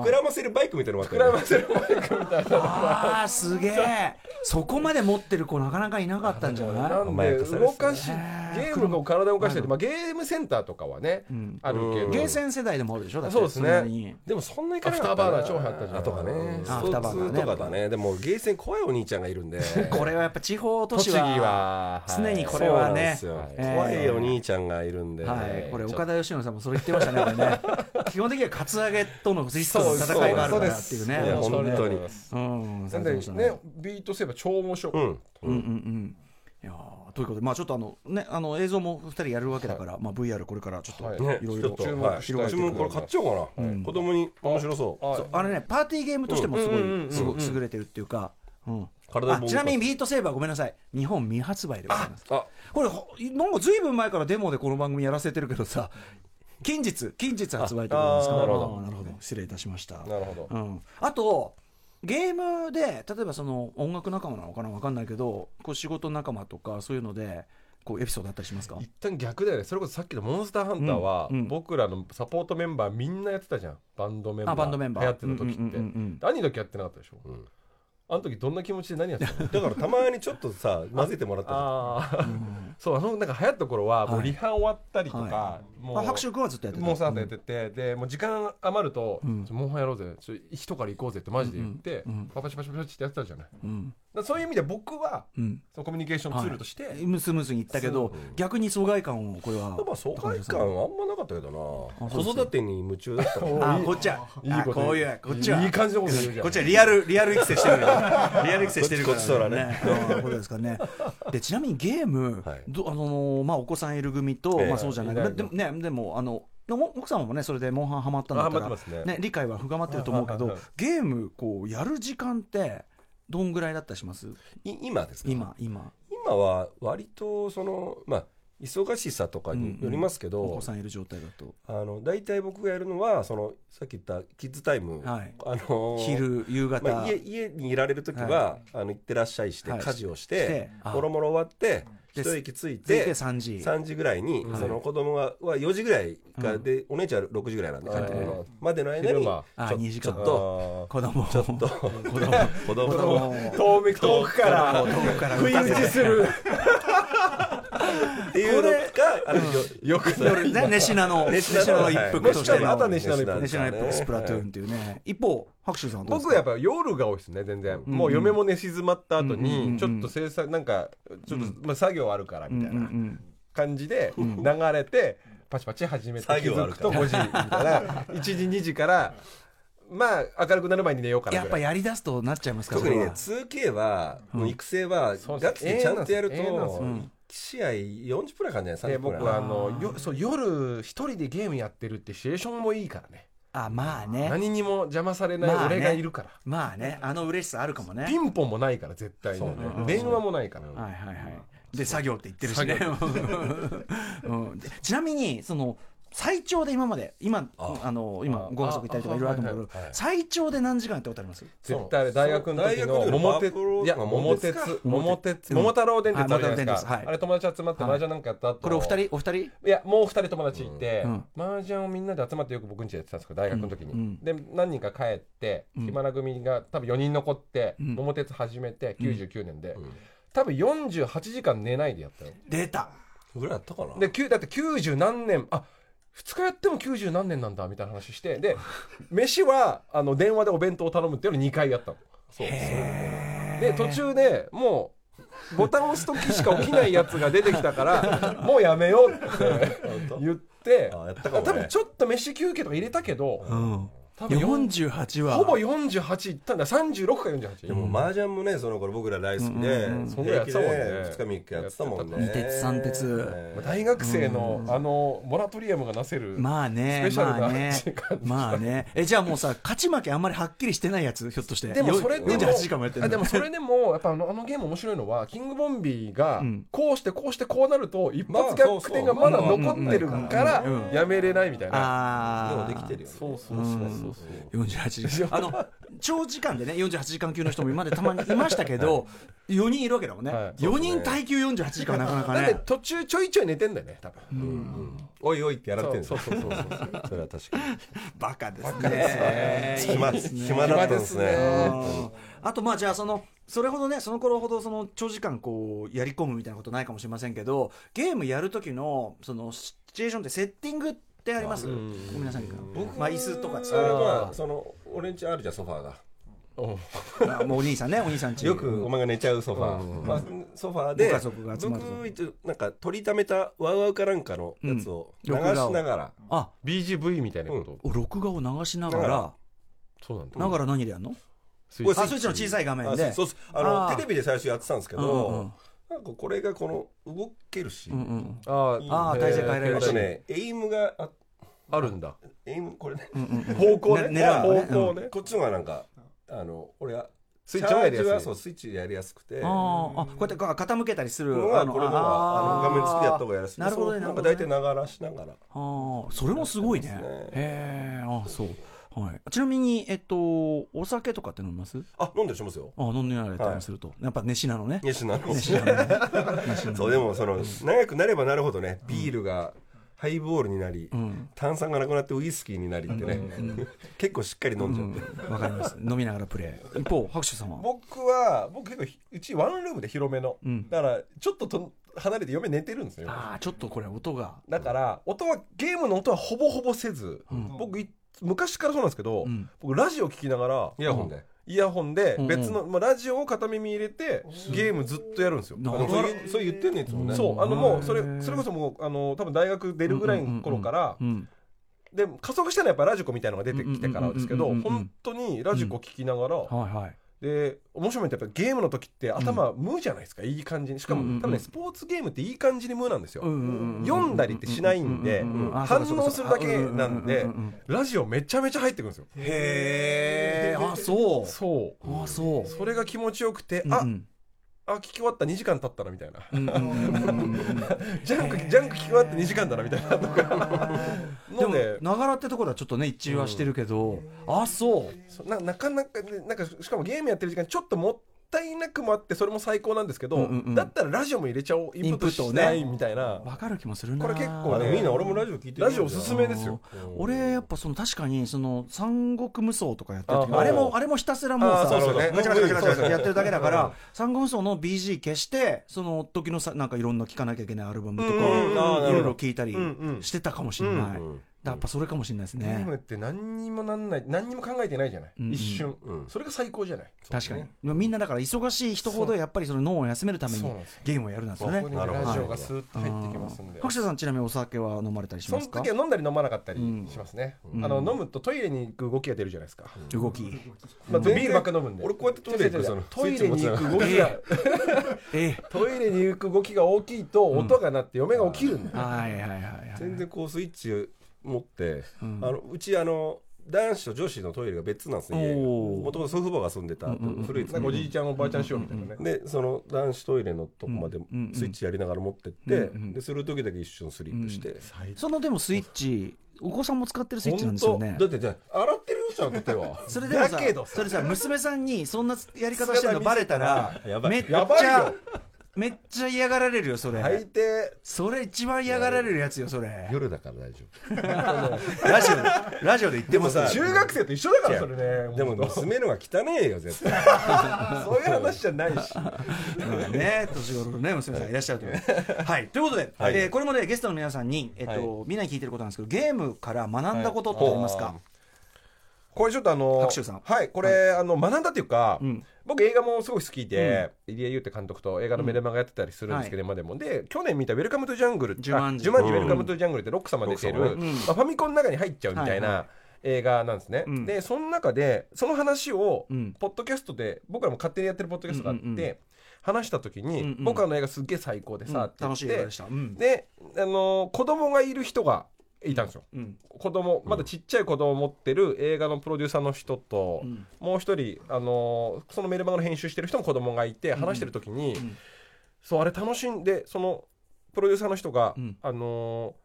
Speaker 3: 膨らませるバイクみたいなのもあった
Speaker 4: 膨ら
Speaker 3: よね
Speaker 4: ませるもん
Speaker 1: あーすげえそこまで持ってる子なかなかいなかったんじゃない
Speaker 4: なん
Speaker 3: 甘や
Speaker 4: で
Speaker 3: かされて
Speaker 4: 動かし
Speaker 1: ね
Speaker 4: ゲームの体を動かしてて、まあ、ゲームセンターとかはね、
Speaker 1: ん
Speaker 4: あるけど、
Speaker 3: うん
Speaker 1: ゲーセン世代でもあるでしょだって
Speaker 4: そうです
Speaker 1: んなに
Speaker 4: ねでもそんなにいか
Speaker 3: ア
Speaker 4: な
Speaker 3: フタ
Speaker 4: かっ
Speaker 3: ー
Speaker 4: た
Speaker 3: バーナー
Speaker 4: な超流行ったじゃん
Speaker 3: とかね
Speaker 1: あアフターバーナーね
Speaker 3: とかだねでもゲーセン怖いお兄ちゃんがいる んで
Speaker 1: これはやっぱ地方都
Speaker 4: 栃
Speaker 1: 市
Speaker 4: 木
Speaker 1: は
Speaker 4: は
Speaker 1: 常にこれ
Speaker 3: そう
Speaker 1: は
Speaker 3: なんで
Speaker 1: ね
Speaker 3: すよ
Speaker 1: えー
Speaker 3: 怖いお兄ちゃんがいるんで
Speaker 1: はい、これ
Speaker 3: ちょっと
Speaker 1: 岡田義信さんもそれ言ってましたね、これね基本的にはカツアゲとのリスクの戦いがあるからっていうね、
Speaker 3: い
Speaker 4: そうです
Speaker 3: や
Speaker 4: そうです
Speaker 1: 本当
Speaker 3: 本当に
Speaker 1: うん、さ
Speaker 4: な
Speaker 1: れて
Speaker 4: んで
Speaker 1: ましたね
Speaker 4: ね、ビートセーバー超面白
Speaker 3: う
Speaker 4: か
Speaker 3: ん
Speaker 4: っ
Speaker 1: うんうんうん、いやーということで、まあ、ちょっとあの、ね、あの映像も2人やるわけだから、まあ、VR、これからちょっと、
Speaker 4: はい
Speaker 3: ね
Speaker 1: いろい
Speaker 3: ち
Speaker 1: ろ
Speaker 3: ょっと
Speaker 4: 注目
Speaker 3: はい
Speaker 4: 広がって
Speaker 3: 自
Speaker 4: く
Speaker 3: 分
Speaker 4: る
Speaker 3: これ買っちゃおうかな子供に面白そう
Speaker 4: た。はい
Speaker 1: そうあれね、パーティーゲームとしてもすごい、
Speaker 4: うんうん
Speaker 1: すごい優れてるっていうか、うん
Speaker 3: 体
Speaker 1: あ
Speaker 3: も動かす
Speaker 1: ちなみにビートセーバー、ごめんなさい、日本未発売でございます。
Speaker 3: あ
Speaker 1: これほなんかずいぶん前からデモでこの番組やらせてるけどさ近日近日発売ということですか
Speaker 3: あ
Speaker 1: ら
Speaker 3: あーなるほど
Speaker 1: なるほど失礼いたしました
Speaker 4: なるほど
Speaker 1: うん、あとゲームで例えばその音楽仲間なのかなわかんないけどこう仕事仲間とかそういうのでこうエピソードあったりしますか
Speaker 4: 一旦逆だよねそれこそさっきの「モンスターハンター」は
Speaker 1: うんうん
Speaker 4: 僕らのサポートメンバーみんなやってたじゃんバンドメンバー
Speaker 1: あバンドメンバー
Speaker 4: 流行ってた時って、
Speaker 1: うんうんうんうん
Speaker 4: 兄の時やってなかったでしょ、
Speaker 3: ん
Speaker 4: あの時どんな気持ちで何 やってたの
Speaker 3: だからたまにちょっとさ混ぜてもらったり
Speaker 4: ああ、そうあのなんか流行った頃はも
Speaker 1: は
Speaker 4: う
Speaker 1: い
Speaker 4: リハ終わったりとか、
Speaker 1: は
Speaker 4: もう
Speaker 1: あ拍手君はずっとやってた
Speaker 4: モンスターハンターやってて、でもう時間余ると「ちょモンハンやろうぜちょ一から行こうぜ」ってマジで言って、パパチパチパチってやってたじゃないだか
Speaker 1: うん
Speaker 4: らそういう意味で僕は
Speaker 1: うん
Speaker 4: そのコミュニケーションツールとして、
Speaker 1: ムスムーズにいったけど逆に疎外感をこれは
Speaker 3: やっぱ疎外感はあんまなかったけどな
Speaker 1: あそうです
Speaker 3: 子育てに夢中だったか ら
Speaker 1: あこっちはい
Speaker 4: いこと言
Speaker 1: こういうこっちはい
Speaker 4: い感じのこと言うじゃん
Speaker 1: こっちはリアルリアル育成してる から、リアル育成してるから、
Speaker 3: こっちこっちそらね
Speaker 1: うんことですかね。でちなみにゲーム、
Speaker 3: はい
Speaker 1: どあのーまあお子さんいる組と、
Speaker 3: ええ
Speaker 1: まあそうじゃない
Speaker 4: いない
Speaker 1: でもねでもあの。でも奥様もねそれでモンハンハマったんだった
Speaker 3: あ
Speaker 1: ら
Speaker 3: ハマってますね
Speaker 1: 理解は深まってると思うけ
Speaker 4: はい
Speaker 1: ど
Speaker 4: はいはい
Speaker 1: ゲームこうやる時間ってどんぐらいだったりします
Speaker 3: い今ですか
Speaker 1: 今今
Speaker 3: 今は割とそのまあ忙しさとかによりますけど、
Speaker 1: お子さんいる状態だと
Speaker 3: あの大体僕がやるのはそのさっき言ったキッズタイム、
Speaker 1: はい
Speaker 3: あのー
Speaker 1: 昼夕方、
Speaker 3: まあ、家家にいられる時は、あの行ってらっしゃいして、
Speaker 1: はい
Speaker 3: 家事をし
Speaker 1: して
Speaker 3: て
Speaker 1: あ
Speaker 3: もろもろ終わって
Speaker 1: で
Speaker 3: 一息つい
Speaker 1: 続い
Speaker 3: て
Speaker 1: て3時
Speaker 3: 3時ぐらいに、
Speaker 1: い
Speaker 3: その子供がは4時ぐらいか、でお姉ちゃんは6時ぐらいなんで帰ってくるの、までの間
Speaker 4: 昼
Speaker 3: にち
Speaker 4: 間
Speaker 3: ょ
Speaker 1: あ二時間
Speaker 3: ちょっと
Speaker 1: 子供
Speaker 3: ちょっと
Speaker 1: 子 供
Speaker 3: 子供
Speaker 1: 子供を
Speaker 4: 遠く遠くから
Speaker 1: 遠くから
Speaker 4: 不意打ちする
Speaker 3: っていうのかあのよ
Speaker 4: よく
Speaker 1: 夜ね、ネシナの、ネシナの一服として
Speaker 4: ネシナのあとはネシナの一
Speaker 1: ネシナの一服、スプラトゥーンっていうね。一方、白州さんはどうです
Speaker 4: 僕
Speaker 1: か
Speaker 4: はやっぱ夜が多いですね全然、
Speaker 1: ん
Speaker 4: もう嫁も寝静まった後
Speaker 1: うんうんうん
Speaker 4: にちょっと制作なんかちょっと、まあ、作業あるからみたい
Speaker 1: うんう
Speaker 4: なん感じで流れて、パチパチ始めて
Speaker 3: 作
Speaker 4: 気
Speaker 3: 業あ
Speaker 4: づ
Speaker 3: る
Speaker 4: く
Speaker 3: から
Speaker 4: と5時みた いな1時2時からまあ明るくなる前に寝ようか
Speaker 1: うん
Speaker 4: な
Speaker 1: やっ
Speaker 4: ぐ
Speaker 1: ぱ
Speaker 4: らい
Speaker 1: やり出すとなっちゃいますから
Speaker 3: 特にね
Speaker 1: そ
Speaker 3: 2K は、もう育成は
Speaker 4: そう
Speaker 3: ガチでちゃんとやると、
Speaker 4: 永遠なんですよ永遠なん
Speaker 3: 1試合40分らいかんじゃない
Speaker 4: で
Speaker 3: 30分
Speaker 4: 僕
Speaker 3: らい
Speaker 4: はあのよそう夜一人でゲームやってるってシチュエーションもいいからね
Speaker 1: れはあ、まあね。
Speaker 4: 何にも邪魔されない
Speaker 1: まあね
Speaker 4: 俺がいるから、
Speaker 1: まあね、あの嬉しさあるかもね。
Speaker 4: ピンポンもないから絶対に、電話もないから、
Speaker 1: はいはいはい。で、作業って言ってるしね。 うんでちなみに、その、最長で今まで、今、
Speaker 3: あ
Speaker 1: あの、今、ご家族いたりとかいろいろあると思うけど、最長で何時間やったことあります
Speaker 4: 絶対あれ大学の時
Speaker 3: そ
Speaker 4: の
Speaker 3: う
Speaker 4: 桃
Speaker 3: 大
Speaker 4: 鉄
Speaker 3: 学の
Speaker 4: いや
Speaker 3: 桃
Speaker 4: 桃
Speaker 3: 鉄
Speaker 4: 鉄
Speaker 3: か
Speaker 4: 桃鉄桃太郎電鉄あるじゃな
Speaker 1: あ桃太郎
Speaker 4: いです
Speaker 1: 電鉄
Speaker 4: か
Speaker 1: はい
Speaker 4: あれ友達集まって麻雀なんかやった後
Speaker 1: これお二人お二人
Speaker 4: いやもう二人友達いて
Speaker 1: うん
Speaker 4: 麻雀をみんなで集まってよく僕ん家でやってたんですけど大学の時
Speaker 1: うん
Speaker 4: にで何人か帰って暇な組が多分4人残って
Speaker 1: ん
Speaker 4: 桃鉄始めて99年で多分48時間寝ないでやったよ
Speaker 1: 出た。
Speaker 3: ぐらいあったかな
Speaker 4: できゅだって90何年あ2日やっても90何年なんだみたいな話し てで飯はあの電話でお弁当を頼むっていうのを2回やったのそうで途中でもうボタンを押す時しか起きないやつが出てきたから もうやめようって言って
Speaker 3: あやったかもね
Speaker 4: 多分ちょっと飯休憩とか入れたけど、
Speaker 1: うん。
Speaker 4: 多分40
Speaker 1: 48は
Speaker 4: ほぼ48いったんだ36か48
Speaker 3: でも麻雀もねその頃僕ら大好きで、
Speaker 1: うんうんうん
Speaker 4: そんなやってたもんね
Speaker 3: 2日3日やってたもんね
Speaker 1: 二鉄三鉄
Speaker 3: ね
Speaker 4: まあ大学生のあのモラトリアムがなせる
Speaker 1: まあ
Speaker 4: ス
Speaker 1: ね
Speaker 4: ペシャ
Speaker 1: ま
Speaker 4: ル
Speaker 1: あ
Speaker 4: な
Speaker 1: ね
Speaker 4: 時間
Speaker 1: まあねえじゃあもうさ勝ち負けあんまりはっきりしてないやつひょっとして
Speaker 4: でもそれ
Speaker 1: よ
Speaker 4: でも
Speaker 1: 48時間もやってる
Speaker 4: あでもそれでもやっぱあのあのゲーム面白いのはキングボンビーが
Speaker 1: うん
Speaker 4: こうしてこうしてこうなると一
Speaker 3: まあ
Speaker 4: 発逆転がまだ残ってるから
Speaker 1: うんうんうん
Speaker 4: やめれないみたいな
Speaker 3: でも
Speaker 1: ああ
Speaker 3: できてるよね
Speaker 4: そうそうそうそう
Speaker 1: 48時間あの長時間でね48時間級の人も今までたまにいましたけ ど4人いるわけだもんね、
Speaker 4: はい
Speaker 1: 4人耐久48時間はなかなか
Speaker 4: なんで
Speaker 1: ね
Speaker 4: 途中ちょいちょい寝てんだよね多分
Speaker 3: おいおいってやられてるんです
Speaker 4: そう
Speaker 3: よ
Speaker 4: そうそうそう
Speaker 3: それは確かに
Speaker 1: バカですね
Speaker 3: 暇
Speaker 1: いいですね
Speaker 3: 暇だったんですね
Speaker 4: 暇ですね
Speaker 3: 本当に
Speaker 1: あとまあじゃあそのそれほどねその頃ほどその長時間こうやり込むみたいなことないかもしれませんけどゲームやる時のそのシチュエーションってセッティングってありますごめんなさい
Speaker 3: 僕
Speaker 1: まあ椅子とか
Speaker 3: それ
Speaker 1: さ
Speaker 3: はその俺んちあるじゃんソファーが
Speaker 4: うん
Speaker 1: あもうお兄さんねお兄さんち
Speaker 3: よくお前が寝ちゃうソファー、まあ、ソファー
Speaker 1: ご
Speaker 3: で
Speaker 1: 家族が集まると
Speaker 3: 僕一応なんか取りためたワウワウかなんかのやつを
Speaker 1: うん
Speaker 3: 流しながら、
Speaker 1: あ
Speaker 4: BGV みたいなこと
Speaker 1: お録画を流しながら
Speaker 3: だか
Speaker 4: そうなんだ
Speaker 1: ながら何でやるの
Speaker 4: スイッチ
Speaker 1: あスイッチの小さい画面
Speaker 3: あ
Speaker 1: で
Speaker 3: そうそうあの
Speaker 1: あー
Speaker 3: テレビで最初やってたんですけど、
Speaker 1: うんうん
Speaker 3: なんかこれがこの動けるし、
Speaker 1: うんうん
Speaker 4: あ
Speaker 1: あー体勢変えられる
Speaker 3: あ
Speaker 1: し
Speaker 3: とねエイムがあ
Speaker 4: あるんだ
Speaker 3: エイムこれね、
Speaker 1: うんうん
Speaker 4: 方向ね
Speaker 1: ね狙うね
Speaker 4: 方向ね
Speaker 3: こっちの方がなんかあの俺は
Speaker 4: スイッチの方がやりや
Speaker 3: チャー
Speaker 4: すい
Speaker 3: ジはそうスイッチやりやすくて
Speaker 1: あーあこうやってこう傾けたりする
Speaker 3: これはこれの方があの画面付きでやった方
Speaker 1: が
Speaker 3: がやりやすい
Speaker 1: なるほどね
Speaker 3: そうなん
Speaker 1: なるほ
Speaker 3: か
Speaker 1: どね
Speaker 3: 大体ながらしながら
Speaker 1: ああそれもすごいね
Speaker 3: やってますね
Speaker 1: へえあそうはいちなみにえっとお酒とかって飲みます
Speaker 3: あ飲んでしますよ
Speaker 1: あ飲んでられたりするとやっぱ飯なのね
Speaker 3: 西野の
Speaker 1: 飯なのね 飯なの
Speaker 3: そうでもその長くなればなるほどねビールがハイボールになり、
Speaker 1: ん
Speaker 3: 炭酸がなくなってウイスキーになりってね、 結構しっかり飲んじゃって、
Speaker 1: わかります飲みながらプレイ一方白手さんは
Speaker 4: 僕は僕結構ひうちワンルームで広めの、
Speaker 1: ん
Speaker 4: だからちょっとと離れて嫁寝てるんですよ
Speaker 1: ああちょっとこれ音が
Speaker 4: だから音はゲームの音はほぼほぼせず、
Speaker 1: ん
Speaker 4: 僕い昔からそうなんですけど、
Speaker 1: うん
Speaker 4: 僕ラジオ聞きながら
Speaker 3: イヤホンで、
Speaker 4: イヤホンで
Speaker 1: うんうん
Speaker 4: 別の、まあ、ラジオを片耳入れてゲームずっとやるんですよ、
Speaker 1: なる
Speaker 3: あで
Speaker 1: ほ
Speaker 3: も
Speaker 1: ど
Speaker 3: そういうそう言ってんねいつもね
Speaker 4: そうあのもうそれ
Speaker 1: へー
Speaker 4: それこそもうあの多分大学出るぐらいの頃から
Speaker 1: う、ん
Speaker 4: で加速したのはやっぱラジコみたいなのが出てきてからですけ
Speaker 1: う
Speaker 4: ど
Speaker 1: んうんうんうんうん
Speaker 4: 本当にラジコ聞きながら、
Speaker 1: はいはい
Speaker 4: で面白いのってやっぱゲームの時って頭無じゃないですか、いい感じにしかも、
Speaker 1: うんうんうん
Speaker 4: 多分ねスポーツゲームっていい感じに無なんですよ、
Speaker 1: うんうんうん
Speaker 4: 読んだりってしないんで
Speaker 1: ううう
Speaker 4: うん
Speaker 1: あそうかそうか
Speaker 4: 反応するだけなんで
Speaker 1: ううううん
Speaker 4: ラジオめちゃめちゃ入ってくるんですよ
Speaker 1: へえあそう
Speaker 4: そ
Speaker 1: あそう
Speaker 4: うそれが気持ちよくて、
Speaker 1: うんう
Speaker 4: あ
Speaker 1: ん
Speaker 4: あ聞き終わった2時間経ったなみたいな、
Speaker 1: うんうんうんうんうん
Speaker 4: ジャンクジャンク聞き終わって2時間だなみたいなとか
Speaker 1: で
Speaker 4: の
Speaker 1: も
Speaker 4: で
Speaker 1: ながらってところはちょっとね一致はしてるけど、あそう
Speaker 4: そななかなかねなんかしかもゲームやってる時間ちょっともったいなくもあってそれも最高なんですけど、
Speaker 1: うんうんうん
Speaker 4: だったらラジオも入れちゃおうインプット
Speaker 1: インプットを
Speaker 4: し
Speaker 1: ね
Speaker 4: ないみたいな、
Speaker 1: わかる気もするな
Speaker 4: これ結構
Speaker 3: あ
Speaker 4: ね
Speaker 3: でもいいな俺もラジオ聞いてる
Speaker 4: ラジオおすすめですよ
Speaker 1: あー俺やっぱその確かにその三国無双とかやってる時
Speaker 4: あ
Speaker 1: あ
Speaker 4: ー
Speaker 1: れもあれもひたすらもうさ
Speaker 4: あーそうそうね
Speaker 1: ガチャガチャガチャガチャガチャ
Speaker 4: うん
Speaker 1: やってるだけだか
Speaker 4: う
Speaker 1: ら三国無双の BG 消してその時のさなんかいろんな聴かなきゃいけないアルバムとかい
Speaker 4: うんうんうん
Speaker 3: あーなるほど
Speaker 1: ろいろ聴いたり
Speaker 4: うんうん
Speaker 1: してたかもしれない、
Speaker 3: うんうん
Speaker 1: だからやっぱそれかもしれないです
Speaker 4: ゲー
Speaker 1: ね
Speaker 4: ムって何にもなんない何にも考えてないじゃない、
Speaker 1: うんうん
Speaker 4: 一瞬、
Speaker 3: うん
Speaker 4: それが最高じゃない
Speaker 1: 確かに
Speaker 3: そうね
Speaker 1: みんなだから忙しい人ほどやっぱりその脳を休めるために
Speaker 4: そうなんですよ
Speaker 1: ゲームをやるなんです
Speaker 4: そ
Speaker 1: よ
Speaker 4: こ
Speaker 1: ね
Speaker 4: に
Speaker 3: なるほど
Speaker 4: ラジオがスーッと入ってきますんで、
Speaker 1: 白田さんちなみにお酒は飲まれたりし
Speaker 4: そ
Speaker 1: ま
Speaker 4: の
Speaker 1: すか
Speaker 4: 時は飲んだり飲まなかったり
Speaker 1: うん
Speaker 4: しますね、
Speaker 1: ん
Speaker 4: あの飲むとトイレに行く動きが出るじゃないですか、
Speaker 1: 動き
Speaker 4: まあ、ビールばっか飲むんで
Speaker 3: 俺こうやってトイレ行く
Speaker 4: 違う違
Speaker 3: そう
Speaker 4: 違う
Speaker 3: の
Speaker 4: トイレに行く動きが
Speaker 1: え
Speaker 4: トイレに行く動きが大きいと音が鳴って嫁が起きるんだ
Speaker 1: え
Speaker 4: よ、
Speaker 1: はいはいはいはい
Speaker 3: 全然こうスイッチ持って、
Speaker 1: うん
Speaker 3: あのうちあの男子と女子のトイレが別なんですね
Speaker 1: おー
Speaker 3: もともと祖父母が住んでた古い
Speaker 4: なんかおじいちゃんおばあちゃんしようみたいなね、
Speaker 3: でその男子トイレのとこまで
Speaker 1: うんうんうん
Speaker 3: スイッチやりながら持ってって、
Speaker 1: うんうん
Speaker 3: でする時だけ一瞬スリープして、
Speaker 1: そのでもスイッチお子さんも使ってるスイッチなんで
Speaker 3: 本
Speaker 1: すよ
Speaker 3: 当
Speaker 1: ね
Speaker 3: だってじゃあ洗ってるじゃん手 は
Speaker 1: それでもさ
Speaker 4: だけどさ
Speaker 1: それさ娘さんにそんなやり方してるのバレたら
Speaker 3: やばい
Speaker 1: めっち
Speaker 4: やばい
Speaker 1: ゃ
Speaker 4: よ
Speaker 1: めっちゃ嫌がられるよそれ、
Speaker 4: 大抵
Speaker 1: それ一番嫌がられるやつよそれ
Speaker 3: 夜だから大丈
Speaker 1: ラジオでラジオで言ってます
Speaker 3: でもさ
Speaker 4: 中学生と一緒だからそれね
Speaker 3: 夫でも
Speaker 4: 本当
Speaker 3: 娘のが汚ねえよ絶対
Speaker 4: そういう話じゃないし
Speaker 1: まあね、年頃のね、娘さんがいらっしゃると思います。はい、ということで、
Speaker 3: はい
Speaker 1: えーこれもね、ゲストの皆さんに、えっと、みんなに聞いてることなんですけど、ゲームから学んだことってありますか。
Speaker 4: これちょっとあの
Speaker 1: 白秋さん
Speaker 4: はいこれ、あの学んだっていうか、
Speaker 1: ん
Speaker 4: 僕映画もすごい好きで、入江優って監督と映画のメルマガやってたりするんですけど、今でもで去年見た「ウェルカム・トゥ・ジャングル」
Speaker 1: ジュマンジ
Speaker 4: ジュマンジ
Speaker 3: うん
Speaker 4: ウェルカム・トゥ・ジャングル」ってロック様出てる、
Speaker 3: ロッ
Speaker 1: 様
Speaker 3: ク
Speaker 1: ねうん
Speaker 4: まあ、ファミコンの中に入っちゃうみたいな、
Speaker 1: はいは
Speaker 4: 映画なんですね、
Speaker 1: うん
Speaker 4: でその中でその話を
Speaker 1: うん
Speaker 4: ポッドキャストで僕らも勝手にやってるポッドキャストがあって、
Speaker 1: うんうんうん
Speaker 4: 話した時に、
Speaker 1: うんうん
Speaker 4: 僕らの映画すっげえ最高でさ、って言
Speaker 1: 楽
Speaker 4: っ
Speaker 1: しい映画
Speaker 4: て
Speaker 1: でした。うん。
Speaker 4: で、あのー子供がいる人がいたんですよ
Speaker 1: うん。
Speaker 4: 子供まだちっちゃい子供を持ってる映画のプロデューサーの人と、
Speaker 1: うん
Speaker 4: もう一人、あのーそのメルマガの編集してる人も子供がいて
Speaker 1: ん
Speaker 4: 話してる時に、
Speaker 1: うん
Speaker 4: そうあれ楽しんでそのプロデューサーの人が、
Speaker 1: うん
Speaker 4: あの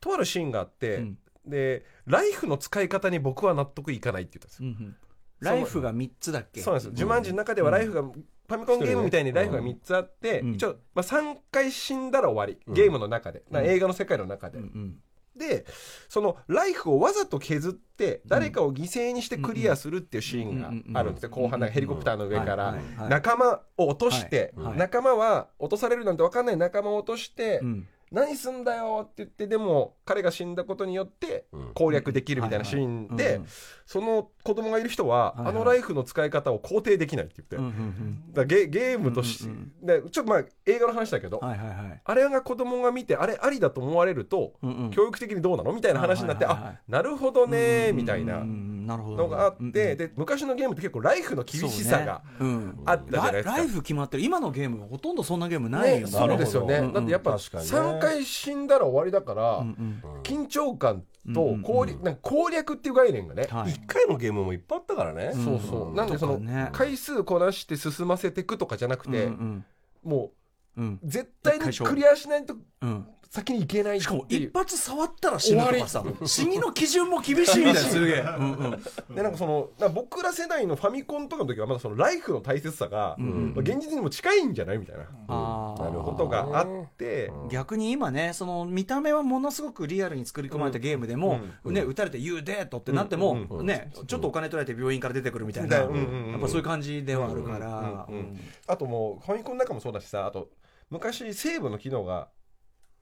Speaker 4: ーとあるシーンがあって、
Speaker 1: うん
Speaker 4: でライフの使い方に僕は納得いかないって言ったんです
Speaker 1: う、
Speaker 4: よ
Speaker 1: ん。ライフが三つだっけ
Speaker 4: そうなんですよ呪文字の中ではライフが、ファミコンゲームみたいにライフが3つあって、
Speaker 1: うん
Speaker 4: 一応、まあ、3回死んだら終わりゲームの中で、な映画の世界の中で、
Speaker 1: うんうん
Speaker 4: でそのライフをわざと削って誰かを犠牲にしてクリアするっていうシーンがあるんですよ
Speaker 1: うん
Speaker 4: 後半なんかヘリコプターの上か
Speaker 1: は
Speaker 4: ら
Speaker 1: いはいはい
Speaker 4: 仲間を落として
Speaker 1: はいはい
Speaker 4: 仲間は落とされるなんて分かんない仲間を落として
Speaker 1: うん。
Speaker 4: 何すんだよって言ってでも彼が死んだことによって
Speaker 3: うん
Speaker 4: 攻略できるみたいなシーン
Speaker 1: はいはい
Speaker 4: でその子供がいる人は
Speaker 1: はいはい
Speaker 4: あのライフの使い方を肯定できないって
Speaker 1: う
Speaker 4: 言
Speaker 1: んう
Speaker 4: って
Speaker 1: ん
Speaker 4: だからゲゲームとし
Speaker 1: うん
Speaker 4: でちょっとまあ映画の話だけど
Speaker 1: うん。はいはいはい。
Speaker 4: あれが子供が見てあれありだと思われると
Speaker 1: うんうん
Speaker 4: 教育的にどうなのみたいな話になって、
Speaker 1: はいはいはいはい
Speaker 4: あなるほどね
Speaker 1: うんうんうん
Speaker 4: みたいな
Speaker 1: なるほど
Speaker 4: のがあって、
Speaker 1: うんうん
Speaker 4: で昔のゲームって結構ライフの厳しさが
Speaker 1: そうねうん
Speaker 4: あったじゃないですか。
Speaker 1: ラライフ決まってる今のゲームはほとんどそんなゲームないよ
Speaker 4: ね
Speaker 1: ね
Speaker 4: そうですよね、
Speaker 1: なるほど
Speaker 4: だってやっぱ
Speaker 3: 確かにね
Speaker 4: 3回死んだら終わりだから、
Speaker 1: うんうん
Speaker 4: 緊張感と攻略,、
Speaker 3: う
Speaker 4: なんか攻略っていう概念がね、
Speaker 1: はい
Speaker 3: 一回のゲームもいっぱいあったからね
Speaker 1: うん
Speaker 4: そうそう、
Speaker 3: うん
Speaker 4: なんでその、
Speaker 1: とかね
Speaker 4: 回数こなして進ませていくとかじゃなくて、
Speaker 1: うん
Speaker 4: も
Speaker 1: うんうん
Speaker 4: う絶対に
Speaker 1: 一回勝負
Speaker 4: クリアしないと
Speaker 1: うん
Speaker 4: 先に行けないっ
Speaker 1: してかも
Speaker 4: いう
Speaker 1: 一発触ったら死ぬとかさ死にの基準も厳しいみた いなすげえうんうん
Speaker 4: でなんかそのなんか僕ら世代のファミコンとかの時はまだそのライフの大切さが、
Speaker 1: ん
Speaker 4: まあ現実にも近いんじゃないみたいな
Speaker 1: あー
Speaker 3: なるほ
Speaker 4: こ
Speaker 3: ど
Speaker 4: とがあって、
Speaker 1: 逆に今ねその見た目はものすごくリアルに作り込まれたゲームでも、ね、撃たれて「You dead」ってなっても、
Speaker 4: うん
Speaker 3: うん
Speaker 1: ね、ちょっとお金取られて病院から出てくるみたいな、
Speaker 4: うんうんうん
Speaker 1: やっぱそういう感じではあるから、
Speaker 4: うんうんうんあともうファミコンの中もそうだしさあと昔セーブの機能が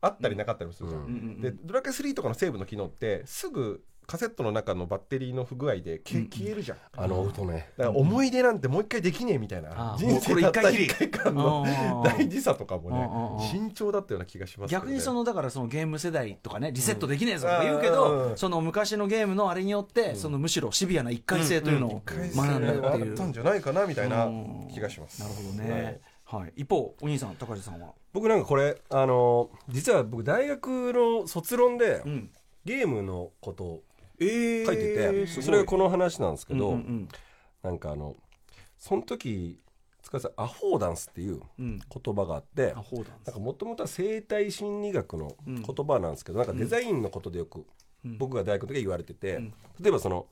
Speaker 4: あったりなかったりもするじゃん、
Speaker 3: うん
Speaker 1: うんうん
Speaker 4: でドラクエ3とかのセーブの機能ってすぐカセットの中のバッテリーの不具合でけ
Speaker 1: うん
Speaker 4: 消えるじゃん、
Speaker 3: あの音ね
Speaker 4: だから思い出なんてもう一回できねえみたいな、
Speaker 1: あー
Speaker 4: 人生たった
Speaker 1: もうこれ一回きり
Speaker 4: 一回間の
Speaker 1: あー
Speaker 4: 大事さとかも
Speaker 1: うんうんうん
Speaker 4: ね慎重だったような気がしますけどね
Speaker 1: 逆にそのだからそのゲーム世代とかねリセットできねえぞとか言うけど、
Speaker 4: うんうん
Speaker 1: その昔のゲームのあれによって、そのむしろシビアな一回性というのを
Speaker 4: 一回
Speaker 1: 学ん
Speaker 4: それは
Speaker 1: だってい
Speaker 4: あ
Speaker 1: う、
Speaker 4: ったんじゃないかなみたいな気がします。
Speaker 1: なるほど
Speaker 4: は
Speaker 1: ね
Speaker 4: い、
Speaker 1: はい一方お兄さん高橋さんは、
Speaker 3: 僕なんかこれあの実は僕大学の卒論で
Speaker 1: うん、
Speaker 3: ゲームのことを
Speaker 1: えー
Speaker 3: 書いてて
Speaker 1: すごい
Speaker 3: それがこの話なんですけ
Speaker 1: う
Speaker 3: ど
Speaker 1: んうん
Speaker 3: なんかあのその時塚地さんアホーダンスっていう
Speaker 1: うんうん
Speaker 3: 言葉があって
Speaker 1: あほうだ
Speaker 3: なんかもともとは生態心理学の言葉なんですけど、なんかデザインのことでよく
Speaker 1: うん
Speaker 3: 僕が大学の時は言われてて、
Speaker 1: ん
Speaker 3: 例えばその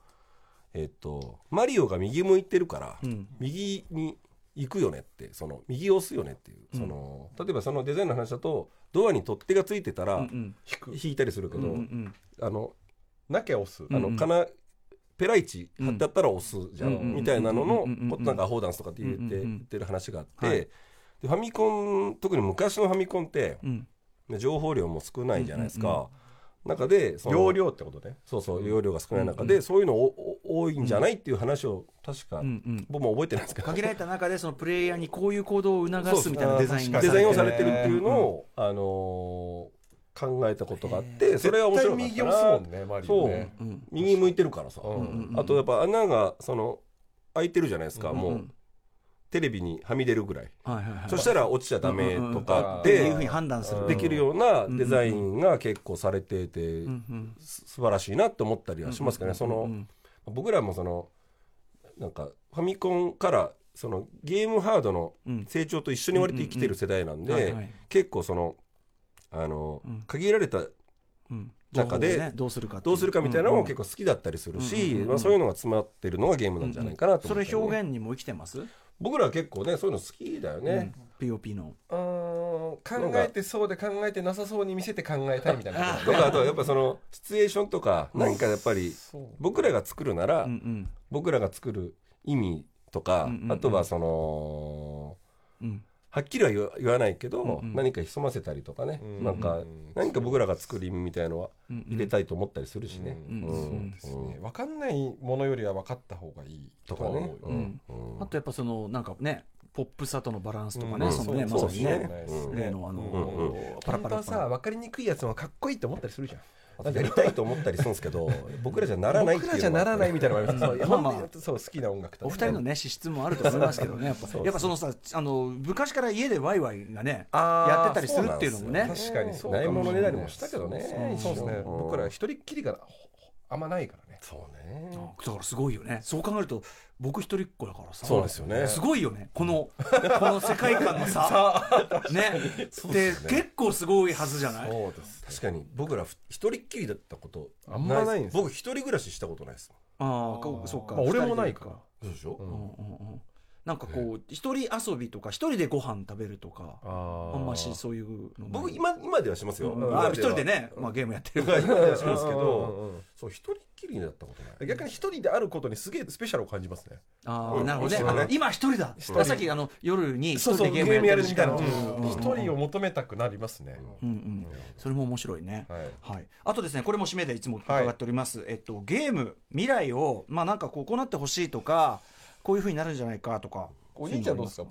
Speaker 3: えっとマリオが右向いてるから、
Speaker 1: うん
Speaker 3: 右に行くよねってその右を押すよねっていう、その例えばそのデザインの話だとドアに取っ手がついてたら、
Speaker 1: うんうん
Speaker 4: 引く
Speaker 3: 引いたりするけ
Speaker 1: うん
Speaker 3: ど、
Speaker 1: うん
Speaker 3: あの
Speaker 4: なきゃ押す。
Speaker 3: あの、
Speaker 1: うんうん
Speaker 3: かなペライチ貼ってあったら押すじゃん、
Speaker 1: うん
Speaker 3: みたいなのの
Speaker 1: うんうんうんうん
Speaker 3: ことなんかアホーダンスとかって言って,、
Speaker 1: うんうんうん
Speaker 3: 言ってる話があって、
Speaker 1: はい
Speaker 3: でファミコン特に昔のファミコンって
Speaker 1: うん
Speaker 3: ね情報量も少ないじゃないですか、中でその
Speaker 4: 容量ってことね。
Speaker 3: そうそう容量が少ない中で、そういうのおお多いんじゃないっていう話を確か、
Speaker 1: うんうん
Speaker 3: 僕も覚えてないんですけど
Speaker 1: 限られた中でそのプレイヤーにこういう行動を促すみたいなデザイン
Speaker 4: た
Speaker 1: が
Speaker 3: デザインをさ
Speaker 1: れ
Speaker 3: れ
Speaker 1: て
Speaker 3: てるっていうのを、あのー考えたことがあってそ
Speaker 4: そ
Speaker 3: れ
Speaker 4: れ
Speaker 3: は
Speaker 4: は
Speaker 3: 面
Speaker 4: 面
Speaker 3: 白
Speaker 4: 白
Speaker 3: かったな
Speaker 4: 右押すもんね、マリオね。
Speaker 1: る、うん
Speaker 3: 右向いてるからさ、
Speaker 4: うん
Speaker 1: うん
Speaker 3: あとやっぱ穴がその開いてるじゃないですか、
Speaker 4: うん
Speaker 3: もう、テレビにはみ出るぐらい、
Speaker 1: はいはいはい、
Speaker 3: そしたら落ちちゃダメとかっ
Speaker 1: って
Speaker 3: て、
Speaker 1: いうふうに判断する
Speaker 4: うん
Speaker 3: できるような
Speaker 1: うん
Speaker 3: デザインが結構されてて、
Speaker 1: うん
Speaker 3: す素晴らしいなって思ったり
Speaker 1: う
Speaker 3: は
Speaker 1: ん
Speaker 3: しますけどね、その、
Speaker 1: うん
Speaker 3: 僕らもそのなんかファミコンからそのゲームハードの
Speaker 1: うん
Speaker 3: 成長と一緒に割と生きてる世代なんで、
Speaker 1: はいはい
Speaker 3: 結構そのあの、
Speaker 1: うん
Speaker 3: 限られた
Speaker 1: うん
Speaker 3: 中で
Speaker 1: 情報をねどうするかってい
Speaker 3: どうするかみたいなのも
Speaker 1: うんうん
Speaker 3: 結構好きだったりす
Speaker 1: う
Speaker 3: る
Speaker 1: ん
Speaker 3: し、
Speaker 1: うんうん
Speaker 3: まあ、そういうのが詰まってるのがゲームなんじゃないかなと
Speaker 1: そ
Speaker 3: 思って、
Speaker 1: れ表現にも生きてます、
Speaker 3: 僕らは結構ねそういうの好きだよね、
Speaker 1: うん POP の
Speaker 4: うーん考えてそうで考えてなさそうに見せて考えたいみたいなこと
Speaker 3: と
Speaker 4: ね。
Speaker 3: かあとはやっぱそのシチュエーションとか何かやっぱり僕らが作るなら、
Speaker 1: うんうん
Speaker 3: 僕らが作る意味とか、
Speaker 1: うんうんうん
Speaker 3: あとはその
Speaker 1: うん
Speaker 3: はっきりは言わ言わないけど、
Speaker 1: うんうん
Speaker 3: 何か潜ませたりとかね、
Speaker 4: うん
Speaker 3: なんか、
Speaker 4: うん
Speaker 3: 何か僕らが作る意味みたいのは
Speaker 1: うん
Speaker 3: 入れたいと思ったりするしね。
Speaker 4: うん
Speaker 3: うん
Speaker 1: うん
Speaker 4: ですね。分かんないものよりは分かった方がいい
Speaker 3: と
Speaker 4: と
Speaker 3: か
Speaker 4: か
Speaker 3: ね
Speaker 4: ね。。
Speaker 1: う
Speaker 3: うんん
Speaker 1: あとやっぱそのなんかねポップさとのバランスとかね、
Speaker 4: うん
Speaker 1: そのね
Speaker 4: うん
Speaker 1: まさにね
Speaker 3: そうですね
Speaker 1: 例のあの
Speaker 4: うん
Speaker 3: うん
Speaker 1: パラ
Speaker 4: 本
Speaker 1: パラ
Speaker 4: 当は
Speaker 1: パラ
Speaker 4: さ分かりにくいやつもかっこいいって思ったりするじゃん
Speaker 3: あとやりたいと思ったりするんですけど 僕らじゃならないって
Speaker 4: 僕
Speaker 3: いう
Speaker 4: らじゃならないみたいなのがありますそういや
Speaker 1: まあまあ
Speaker 4: 本当にそう好きな音楽と
Speaker 1: お二人のね資質もあると思いますけどねやっぱ
Speaker 3: そうそう
Speaker 1: やっぱそのさあの昔から家でワイワイがね
Speaker 4: あー
Speaker 1: やってたりするっていうのもね
Speaker 3: そうなんですよ確かにそう
Speaker 4: ないものねだりもしたけど
Speaker 3: そう
Speaker 4: ね
Speaker 3: そう
Speaker 4: そうですね
Speaker 3: うん
Speaker 4: 僕ら一人っきりがほほあんまないからね
Speaker 3: そうね
Speaker 1: だからすごいよねそう考えると僕一人っ子だからさ
Speaker 3: そうですよね
Speaker 1: すごいよねこのこの世界観の さね
Speaker 3: そう
Speaker 1: で
Speaker 3: ですね
Speaker 1: 結構すごいはずじゃない
Speaker 4: そうで
Speaker 3: 確
Speaker 4: す
Speaker 3: かに僕らふ一人っきりだったこと
Speaker 4: あんまないんですよ
Speaker 3: 僕一人暮らししたことないです
Speaker 1: ああこうそうか、
Speaker 4: まあ俺もないから
Speaker 3: そうでしょ、
Speaker 4: う
Speaker 1: うん
Speaker 4: ん
Speaker 1: うんうんなんかこう一人遊びとか一人でご飯食べるとか
Speaker 4: あ
Speaker 1: あ
Speaker 4: ー
Speaker 1: んましそういうの
Speaker 3: 僕今今ではしますよ、
Speaker 1: うんあ一人で
Speaker 3: ね
Speaker 1: ね、まあ、ゲームやってる
Speaker 3: 今ではしますけ
Speaker 4: うん
Speaker 3: ど
Speaker 4: うんうん
Speaker 3: そう一人っきりだったことない
Speaker 4: 逆に一人であることにすげえスペシャルを感じますね
Speaker 1: あ
Speaker 3: う
Speaker 1: あ、
Speaker 3: ん
Speaker 1: なるほどね
Speaker 3: そうね
Speaker 1: あ今一人だ
Speaker 3: 一人
Speaker 1: さっきあの夜に一
Speaker 4: そう
Speaker 1: 人
Speaker 4: そう
Speaker 1: でゲ
Speaker 4: ゲーム
Speaker 1: ーム
Speaker 4: や
Speaker 1: や
Speaker 4: る
Speaker 1: る
Speaker 4: 時
Speaker 1: 時
Speaker 4: 間
Speaker 1: 間
Speaker 4: うん一
Speaker 1: うん
Speaker 4: 人を求めたくなりますね
Speaker 1: うんうんそれも面白いね
Speaker 4: はい
Speaker 1: はい、あとですねこれも締めでいつも伺っております、えっと、ゲーム未来を、まあ、なんかこうこうなってほしいとかこういうふうになるんじゃないかとか
Speaker 4: お兄ちゃんどうですか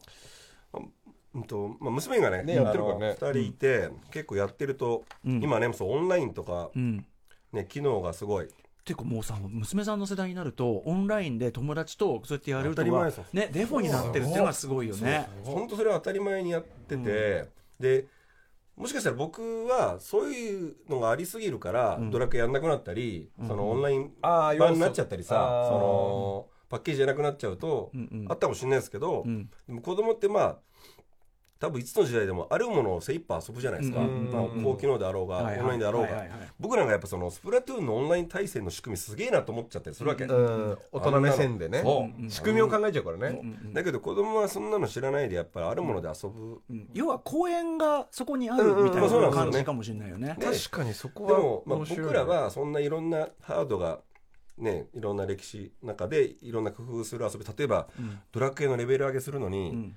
Speaker 3: うんとまあ、娘がね
Speaker 4: ねやってるからね
Speaker 3: あの二人いて、結構やってると、
Speaker 1: うん
Speaker 3: 今ねそうオンラインとか、
Speaker 1: うん
Speaker 3: ね、機能がすごい
Speaker 1: ていうかもうさ娘さんの世代になるとオンラインで友達とそうやってやる
Speaker 3: 当たり
Speaker 1: と
Speaker 3: 前
Speaker 1: は
Speaker 3: ですよ
Speaker 1: ねデフォになってるっていうのがすごいよね
Speaker 3: 本当それは当たり前にやってて、でもしかしたら僕はそういうのがありすぎるから、
Speaker 1: うん
Speaker 3: ドラクエやんなくなったり、そのオンライン
Speaker 4: ああ
Speaker 3: 版になっちゃったりさ
Speaker 4: あー
Speaker 3: そのパッケージじゃなくなっちゃうと、
Speaker 1: うんうん
Speaker 3: あったかもしれないですけど、
Speaker 1: うん
Speaker 3: でも子供ってまあ多分いつの時代でもあるものを精一杯遊ぶじゃないですか、
Speaker 1: うん
Speaker 3: まあ、高機能であろうが、
Speaker 1: はいはい
Speaker 3: オンラインであろうが、
Speaker 1: はいはいはい
Speaker 3: 僕らがやっぱそのスプラトゥーンのオンライン対戦の仕組みすげえなと思っちゃったりするわけ、
Speaker 4: うん大人目線でね
Speaker 3: そう
Speaker 4: 仕組みを考えちゃうからね
Speaker 3: だけど子供はそんなの知らないでやっぱりあるもので遊ぶ、
Speaker 1: うん要は公園がそこにあるみたい
Speaker 3: うんう
Speaker 1: なん
Speaker 3: そうなんですよね
Speaker 1: 感じかもしれないよね。
Speaker 3: で
Speaker 4: 確かにそこ
Speaker 3: で
Speaker 4: は
Speaker 3: も、まあ、
Speaker 4: 面白い
Speaker 3: 僕らはそんないろんなハードがねいろんな歴史の中でいろんな工夫する遊び例えば、
Speaker 1: うん
Speaker 3: ドラクエのレベル上げするのに、
Speaker 1: うん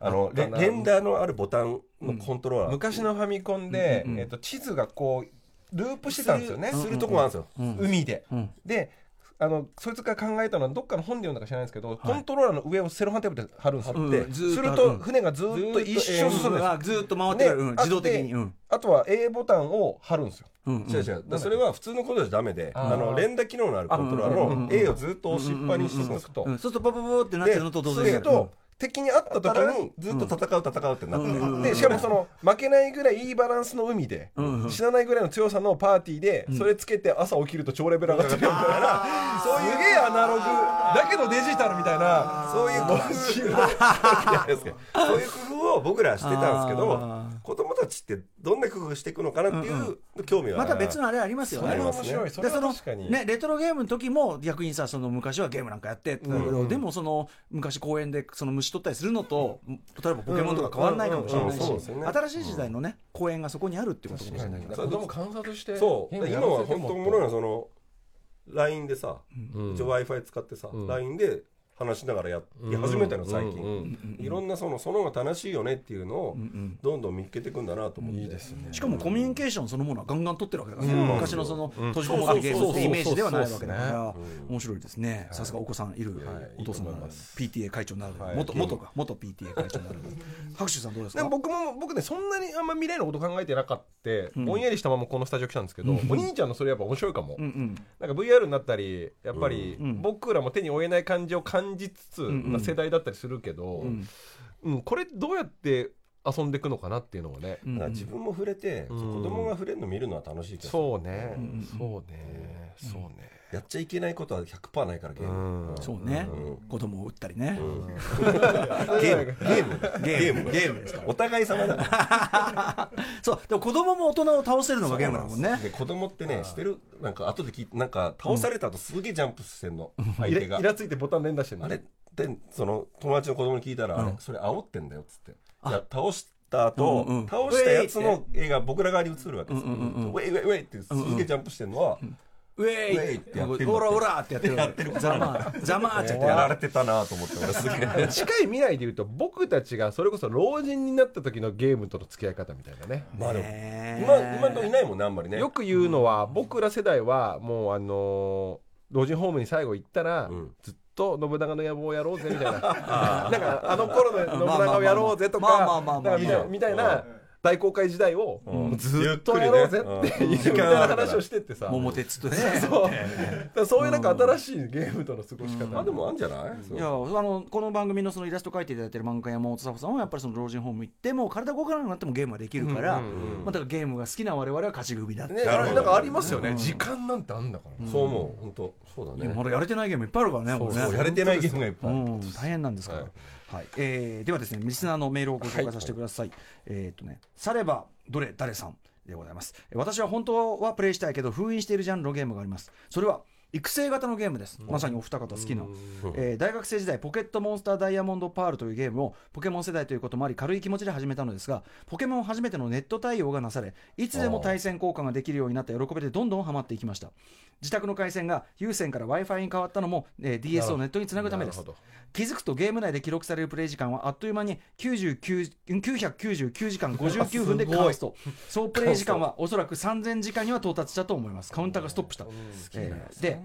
Speaker 3: あの
Speaker 4: あ
Speaker 3: レ
Speaker 4: ったな
Speaker 3: レンダーのあるボタンのコントローラー、
Speaker 4: 昔のファミコンで
Speaker 1: うんうんうん
Speaker 4: えっと地図がこうループしてたんですよね
Speaker 3: するするとこがあるんですよ、
Speaker 1: うん
Speaker 4: 海で
Speaker 1: うん
Speaker 4: であのそいつが考えたのはどっかの本で読んだか知らないんですけど、コントローラーの上をセロハンテープで貼るんですよ、
Speaker 1: うん
Speaker 4: で
Speaker 1: ずーっと
Speaker 4: する
Speaker 1: う
Speaker 4: と
Speaker 1: ん
Speaker 4: 船がずーっと一
Speaker 1: う
Speaker 4: 周進むんです
Speaker 1: ん
Speaker 4: よ
Speaker 1: あずっと回ってくる
Speaker 4: ね
Speaker 1: うん
Speaker 4: あ
Speaker 1: 自動的に。
Speaker 4: で
Speaker 1: うん
Speaker 4: あとは A ボタンを貼るんですよ
Speaker 1: うん
Speaker 3: 違う違うだからそれは普通のことじゃダメであの連打機能のあるコントロー
Speaker 1: あうんう
Speaker 3: ラ
Speaker 1: ん
Speaker 3: ー
Speaker 1: うん
Speaker 3: の A をずっと押しっぱにしていくんですよ
Speaker 4: と
Speaker 1: うんそうするとパパパパってなって
Speaker 4: で
Speaker 1: るのと同
Speaker 4: そ
Speaker 1: 然
Speaker 4: うすると敵に会った時
Speaker 3: だから
Speaker 4: に
Speaker 3: ずっと戦う戦うってなって
Speaker 1: うんうん
Speaker 3: る
Speaker 4: でしかもその負けないぐらいいいバランスの海で、
Speaker 1: うんうん
Speaker 4: 死なないぐらいの強さのパーティーで、それつけて朝起きると超レベル上がってるみたいなそういうすげえアナログだけどデジタルみたいな
Speaker 3: そう いう工夫がそういう工夫を僕らはしてたんですけ
Speaker 1: あ
Speaker 3: ど子供たちってどんな工夫していくのかなっていう興味は
Speaker 1: また別のあれありますよ
Speaker 3: あ
Speaker 1: ね
Speaker 3: り。ます
Speaker 4: 面白いそれは確かに、
Speaker 1: ね、レトロゲームの時も逆にさその昔はゲームなんかやってってなるけど、でもその昔公園でその虫取ったりするのと例えばポケモンとか変わらないかもしれないし、
Speaker 3: うんうんうんうんそうですね
Speaker 1: 新しい時代のね、公園がそこにあるってことかもしれないけど
Speaker 4: 子供観察して
Speaker 3: そう
Speaker 4: 変な
Speaker 3: で
Speaker 4: や
Speaker 3: 今
Speaker 4: ら
Speaker 3: は
Speaker 4: せて
Speaker 3: 本
Speaker 4: も
Speaker 3: 当おもろいのはその LINE でさ
Speaker 4: うん
Speaker 3: 一応 w i f i 使ってさ
Speaker 4: ん
Speaker 3: LINE で話しながらややり始めたの最近。いろんなそのその方が正しいよねっていうのを
Speaker 1: ん
Speaker 3: どんどん見つけていくんだなと思って、
Speaker 4: いいですね
Speaker 1: しかもコミュニケーションそのものはガンガン取ってるわけだからね、
Speaker 3: うん
Speaker 1: 昔のその閉じこもったゲームってイメージではないわけだから
Speaker 3: そうそうそうそう
Speaker 1: 面白いですね、さすがお子さんいる、
Speaker 4: はい
Speaker 1: お父さん
Speaker 4: いいと思
Speaker 1: が
Speaker 4: います
Speaker 1: PTA 会長になる、
Speaker 4: はい
Speaker 1: 元
Speaker 4: ゲーム
Speaker 1: 元か元 PTA 会長になる白州さんどうです
Speaker 4: で
Speaker 1: か
Speaker 4: も僕も僕ねそんなにあんま未来のこと考えてなかった、
Speaker 1: ん
Speaker 4: ぼんやりしたままこのスタジオ来たんですけど、お兄ちゃんのそれやっぱ面白いかも、
Speaker 1: うんうん
Speaker 4: なんか VR になったりやっぱり
Speaker 1: うん
Speaker 4: 僕らも手に負えない感じを感じつつ
Speaker 1: んうん
Speaker 4: な世代だったりするけど、
Speaker 1: ん
Speaker 4: うんこれどうやって遊んでいくのかなっていうのはね、
Speaker 1: うん
Speaker 3: だから自分も触れて、
Speaker 4: ん
Speaker 3: 子供が触れるの見るのは楽しいけど
Speaker 4: そうね、
Speaker 1: んうん
Speaker 4: そうね、そうね、
Speaker 3: やっちゃいけないことは100%ないからゲーム、
Speaker 4: うん
Speaker 1: そうね、
Speaker 3: うん
Speaker 1: 子供を撃ったりね、ゲー
Speaker 3: ゲームゲーム
Speaker 1: ムゲームですから
Speaker 3: お互い様だから
Speaker 1: そうでも子供も大人を倒せるのがゲームだもんね
Speaker 3: で子供ってねしてるなんか後で聞いてなんか倒された後すげえジャンプしてんの、
Speaker 4: イ
Speaker 3: 相手
Speaker 4: ラ
Speaker 3: が
Speaker 4: イラついてボタン連打してる
Speaker 3: あれでその友達の子供に聞いたら、あれそれ煽ってんだよっつっていや倒した後、
Speaker 1: うんうん
Speaker 3: 倒したやつの絵が僕ら側に映るわけですよ、ウェイウェイウェイってすげえジャンプしてるのは、
Speaker 1: ウェイ
Speaker 3: ウェイってやってる
Speaker 1: オラオラってやってるやってるざまーざまーってやって
Speaker 3: や
Speaker 1: や
Speaker 3: られてたなと思って俺すげえ
Speaker 4: 近い未来で言うと僕たちがそれこそ老人になった時のゲームとの付き合い方みたいなね
Speaker 3: まあでも
Speaker 1: ね
Speaker 3: 今今のとこいないもんねあんまりね
Speaker 4: よく言うのは、僕ら世代はもうあのー老人ホームに最後行ったら、
Speaker 3: うん
Speaker 4: ずっと信長の野望をやろうぜみたいななんかあの頃の信長をやろうぜと
Speaker 1: まあまあまあ
Speaker 4: か
Speaker 1: まあ
Speaker 4: なんか
Speaker 1: いいじ
Speaker 4: みた
Speaker 1: ゃ
Speaker 4: い
Speaker 1: ん
Speaker 4: みたいな大公開時代を
Speaker 3: うん
Speaker 4: ずっとやろうぜ
Speaker 3: ゆっ
Speaker 4: っ
Speaker 3: く
Speaker 4: て
Speaker 3: りねうん
Speaker 4: いうみたいな話をしてってさ
Speaker 1: 桃鉄とね。
Speaker 4: そうだからそういうなんか新しいゲームとの過ごし
Speaker 1: うん
Speaker 4: 方
Speaker 3: あでもあんじゃないそ
Speaker 1: いうやあのこの番組のそのイラスト描いていただいてる漫画家山本沙帆さんはやっぱりその老人ホーム行ってもう体動かなくなってもゲームはできるから、
Speaker 4: うんうんうん
Speaker 1: まあ、だからゲームが好きな我々は勝ち組だって、
Speaker 4: ね
Speaker 3: なるほ
Speaker 4: な
Speaker 3: ど
Speaker 4: んかありますよね、
Speaker 1: うん
Speaker 4: 時間なんてあんだから、
Speaker 3: そう思う本当そうだ
Speaker 1: 今
Speaker 3: ね
Speaker 1: まだやれてないゲームいっぱいあるからね
Speaker 3: そう
Speaker 1: も
Speaker 3: そう
Speaker 1: ね
Speaker 3: やれてないゲームがいっぱいある
Speaker 1: うん、大変なんですから、は
Speaker 3: はいい
Speaker 1: えーではですねリスナーのメールをご紹介させてください、えーっとねさればどれ誰さんでございますえ私は本当はプレイしたいけど封印しているジャンルのゲームがありますそれは育成型のゲームです、まさにお二方好きな、えー大学生時代ポケットモンスターダイヤモンドパールというゲームをポケモン世代ということもあり軽い気持ちで始めたのですがポケモン初めてのネット対応がなされいつでも対戦交換ができるようになった喜びでどんどんハマっていきました自宅の回線が有線から w i f i に変わったのも、えー DS をネットにつなぐためです
Speaker 4: なるほど
Speaker 1: 気づくとゲーム内で記録されるプレイ時間はあっという間に99 999時間59分でカースト総プレイ時間はおそらく3000時間には到達したと思いますカウンターがストップした、えーで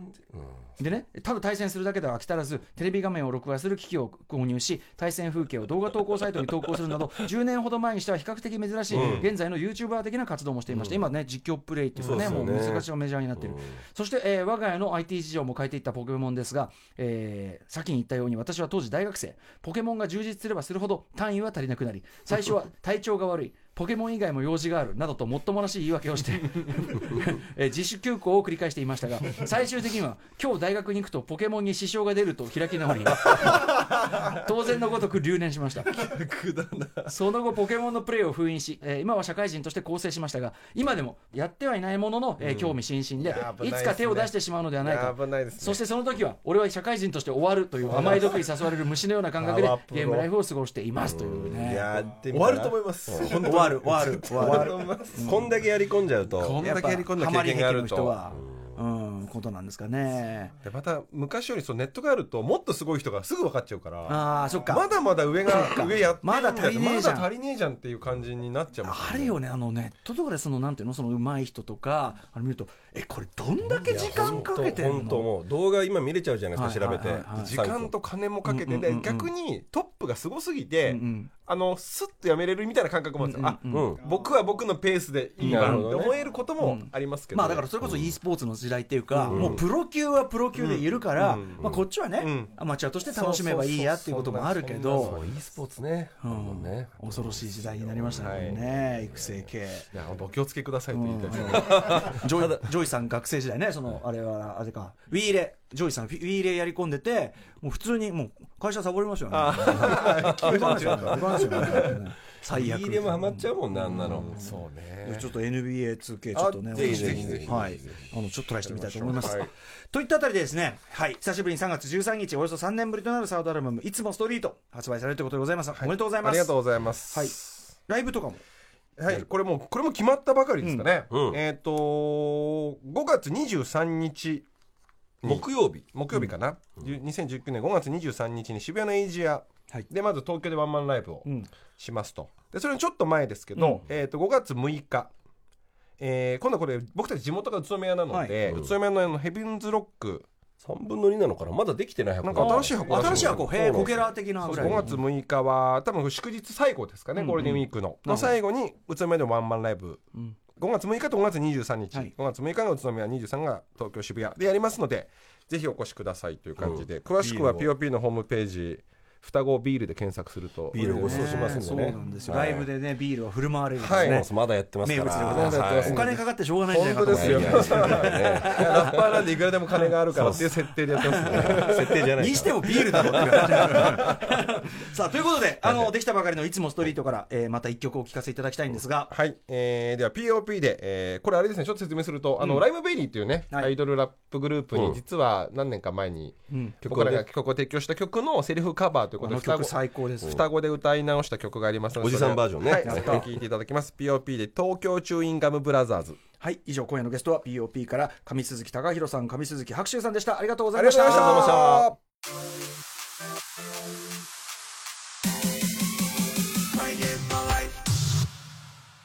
Speaker 1: でね、ただ対戦するだけでは飽き足らず、テレビ画面を録画する機器を購入し、対戦風景を動画投稿サイトに投稿する など、10年ほど前にしては比較的珍しい、現在の YouTuber 的な活動もしていまして、今ね、実況プレイっていうかね、
Speaker 3: そう
Speaker 1: も
Speaker 3: で
Speaker 1: う
Speaker 3: すよね
Speaker 1: 難しいメジャーになっている。そして、えー我が家の IT 事情も変えていったポケモンですが、えー先に言ったように私は当時大学生、ポケモンが充実すればするほど単位は足りなくなり、最初は体調が悪い、ポケモン以外も用事があるなどともっともらしい言い訳をして、えー自主休校を繰り返していましたが、最終的には今日大学に行くとポケモンに支障が出ると開き直り、当然のごとく留年しました。その後、ポケモンのプレイを封印し、えー今は社会人として構成しましたが、今でもやってはいないものの、えー興味津々で
Speaker 4: いやー危
Speaker 1: い,、
Speaker 4: ないっすね
Speaker 1: つか手を出してしまうのではないか。
Speaker 4: 危ないですね
Speaker 1: そしてその時は、俺は社会人として終わるという甘い毒に誘われる虫のような感覚で
Speaker 5: パワープロ
Speaker 1: ゲームライフを過ごしていますという
Speaker 5: い
Speaker 1: ね。
Speaker 5: やってみ
Speaker 4: 終
Speaker 5: たら
Speaker 4: わると思います、
Speaker 5: 終わる終わる終わる
Speaker 3: こんだけやり込んじゃうと
Speaker 5: こんだけやり込んだ
Speaker 1: ハマ
Speaker 5: 経
Speaker 1: り
Speaker 5: 験があ
Speaker 1: 癖の
Speaker 5: ると
Speaker 1: 人は、うん、ことなんですかね。
Speaker 4: でまた昔よりそのネットがあるともっとすごい人がすぐ分かっちゃうから
Speaker 1: ああ、そっか。
Speaker 4: まだまだ上が上やってるん
Speaker 1: まだ足りねえじゃん
Speaker 4: まだ足りねえじゃんっていう感じになっちゃう
Speaker 1: あるよね、あのネットとかでその、なんていうの、その上手い人とか、あれ見ると、え、これどんだけ時間かけてん
Speaker 3: 本当
Speaker 1: の
Speaker 3: もう動画今見れちゃうじゃないですか調べて
Speaker 1: はいはいはいはい
Speaker 4: 時間と金もかけて、
Speaker 1: うんうんうんうん
Speaker 4: で逆にトップがすごすぎて、
Speaker 1: うんうん
Speaker 4: あのスッとやめれるみたいな感覚もあるんですよ、
Speaker 3: う
Speaker 4: あ
Speaker 3: ん
Speaker 4: 僕は僕のペースでいい
Speaker 3: な
Speaker 4: な
Speaker 3: る
Speaker 4: っ
Speaker 3: ほ
Speaker 4: て
Speaker 3: どね
Speaker 4: 思えることもありますけど、
Speaker 1: まあだからそれこそ e スポーツの時代っていうか、もうプロ級はプロ級でいるから、まあこっちはね、
Speaker 4: うん
Speaker 1: アマチュアとして楽しめばいいやっていうこともあるけ
Speaker 3: そ
Speaker 1: ど、
Speaker 3: う e スポーツね
Speaker 1: うん
Speaker 3: ね
Speaker 1: 恐ろしい時代になりましたね、これね育成系。
Speaker 4: いや本当お気をつけくださいと言いたいですね、
Speaker 1: ジョイジョイさん学生時代ね、その、あれは、あれか、ウィーレ、ジョイさん、ウィーレやり込んでて、もう普通に、もう会社サボりましたよね。 わ かんないですよねわかんないですよね最悪。
Speaker 3: 入れもハマっちゃうもんなあんなの
Speaker 4: そうね
Speaker 1: ちょっと NBA2K ちょっとね、
Speaker 4: あぜひ
Speaker 1: 私も
Speaker 4: ぜひぜひ
Speaker 1: はい。あの、ちょっとトライしてみたいと思います。といったあたりでですね、はい。久しぶりに3月13日、およそ3年ぶりとなるサードアルバム、いつもストリート、発売されるということでございます。おめでとうございます。
Speaker 4: ありがとうございます
Speaker 1: はいライブとかも。
Speaker 4: はい、これもうこれも決まったばかりですかね、
Speaker 3: うんうん
Speaker 4: えっ、と5月23日
Speaker 3: 木曜日
Speaker 4: 木曜日かな、じゅ2019年5月23日に渋谷のエイジア
Speaker 1: はい
Speaker 4: でまず東京でワンマンライブを
Speaker 1: うん
Speaker 4: しますとでそれのちょっと前ですけど、えー、と5月6日、えー今度これ僕たち地元が宇都宮なので、
Speaker 3: はい
Speaker 4: 宇都宮のあのヘビンズロック
Speaker 3: 3分の2なのかなまだできてない箱
Speaker 4: なんか新しい箱
Speaker 1: 新しい箱、へえ、コケラー的な
Speaker 4: そう
Speaker 1: ぐ
Speaker 4: そう
Speaker 1: らい
Speaker 4: 5
Speaker 1: の。
Speaker 4: 月6日は多分祝日最後ですかね、
Speaker 1: うん
Speaker 4: ゴールデンウィークの
Speaker 1: なるほど
Speaker 4: の最後に宇都宮でワンマンライブ
Speaker 1: うん
Speaker 4: 5月6日と5月23日、
Speaker 1: はい
Speaker 4: 5月6日が宇都宮23が東京渋谷でやりますのでぜひお越しくださいという感じで、詳しくは
Speaker 3: ビール
Speaker 4: POP のホームページ双子ビールで検索すると
Speaker 3: ビールをご
Speaker 4: そ
Speaker 3: 馳走しますんでね
Speaker 1: そうなんですよ。
Speaker 3: は
Speaker 1: ラ
Speaker 3: い
Speaker 1: イブでね、ビールは振る舞われるんです
Speaker 3: はい
Speaker 1: ね。
Speaker 3: まだやってます
Speaker 1: 名
Speaker 3: か
Speaker 1: 物でご
Speaker 3: ら
Speaker 1: ざいます
Speaker 3: はい
Speaker 1: お金かかってしょうがないんじゃない
Speaker 4: 本
Speaker 1: か
Speaker 4: 当
Speaker 1: と
Speaker 4: で
Speaker 1: 思いますす
Speaker 4: よ
Speaker 1: よ
Speaker 4: いや
Speaker 3: いや
Speaker 4: ラッパーなんでいくらでも金があるからっていう設定でやってますね
Speaker 3: 設定じゃない
Speaker 1: にしてもビールだろって感じさあということであのできたばかりの「いつもストリート」から、えーまた一曲お聴かせいただきたいんですが、
Speaker 4: はい、えー、では POP で、えーこれあれですねちょっと説明すると、あのライムベイリーっていうね、
Speaker 1: はい
Speaker 4: アイドルラップグループ
Speaker 3: う
Speaker 4: に
Speaker 3: ん
Speaker 4: 実は何年か前に、
Speaker 1: うん
Speaker 3: 曲を
Speaker 4: 僕らが
Speaker 3: ね
Speaker 4: 曲を提供した曲のセリフカバーという
Speaker 1: こ
Speaker 4: ことで
Speaker 1: の
Speaker 4: 双
Speaker 1: 曲
Speaker 4: 子
Speaker 1: 最高です
Speaker 4: 双子で歌い直した曲がありますので
Speaker 3: おじさんバージョンね
Speaker 4: はい、それを聴いていただきます POP で東京チューインガムブラザーズ
Speaker 1: はい以上今夜のゲストは POP から上鈴木隆弘さん上鈴木白秋さんでしたありがとうござ
Speaker 4: あ
Speaker 1: い
Speaker 4: りが
Speaker 1: ま
Speaker 4: と
Speaker 1: し
Speaker 4: う
Speaker 1: た
Speaker 4: ございました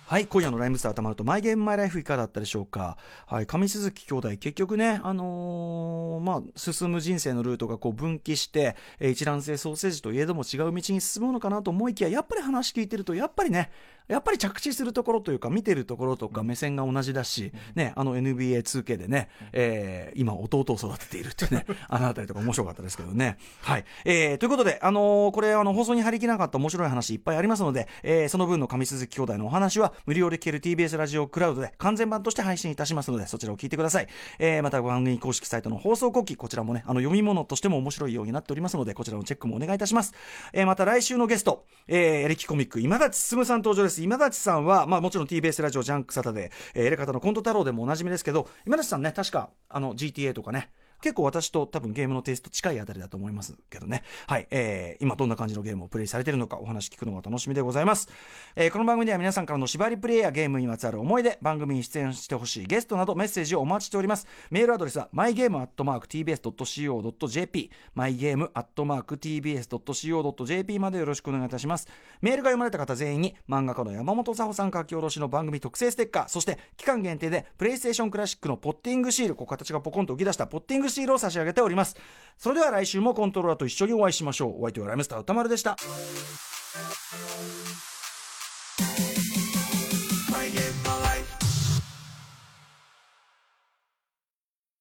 Speaker 6: はい、今夜のライムスターたまると、マイゲームマイライフいかがだったでしょうか。はい、上鈴木兄弟、結局ね、あのーまあ、進む人生のルートがこう分岐して、えー一卵性ソーセージといえども違う道に進むのかなと思いきや、やっぱり話聞いてると、やっぱりね、やっぱり着地するところというか、見てるところとか、目線が同じだし、ね、あの NBA2K でね、えー今、弟を育てているっていうね、あのあたりとか面白かったですけどね。はい。えーということで、あのーこれ、あの、放送に張り切らなかった面白い話いっぱいありますので、えーその分の上鈴木兄弟のお話は、無料で聞ける TBS ラジオクラウドで完全版として配信いたしますので、そちらを聞いてください。えーまた、番組公式サイトの放送後期、こちらもね、あの、読み物としても面白いようになっておりますので、こちらのチェックもお願いいたします。えーまた来週のゲスト、えー、エレキコミック、今立進さん登場です。今立さんは、まあもちろん TBS ラジオジャンクサタで、えー、エレカタのコント太郎でもおなじみですけど、今立さんね、確か、あの、GTA とかね、結構私と多分ゲームのテイスト近いあたりだと思いますけどね。はい。えー、今どんな感じのゲームをプレイされてるのかお話聞くのが楽しみでございます。えーこの番組では皆さんからの縛りプレイやゲームにまつわる思い出、番組に出演してほしいゲストなどメッセージをお待ちしております。メールアドレスは mygame.tbs.co.jp mygame.tbs.co.jp までよろしくお願いいたします。メールが読まれた方全員に漫画家の山本佐穂さん書き下ろしの番組特製ステッカー、そして期間限定でプレイステーションクラシックのポッティングシール、こう形がポコンと浮き出したポッティングシールを差し上げております。それでは来週もコントローラーと一緒にお会いしましょう。お相手はライムスター歌丸でした。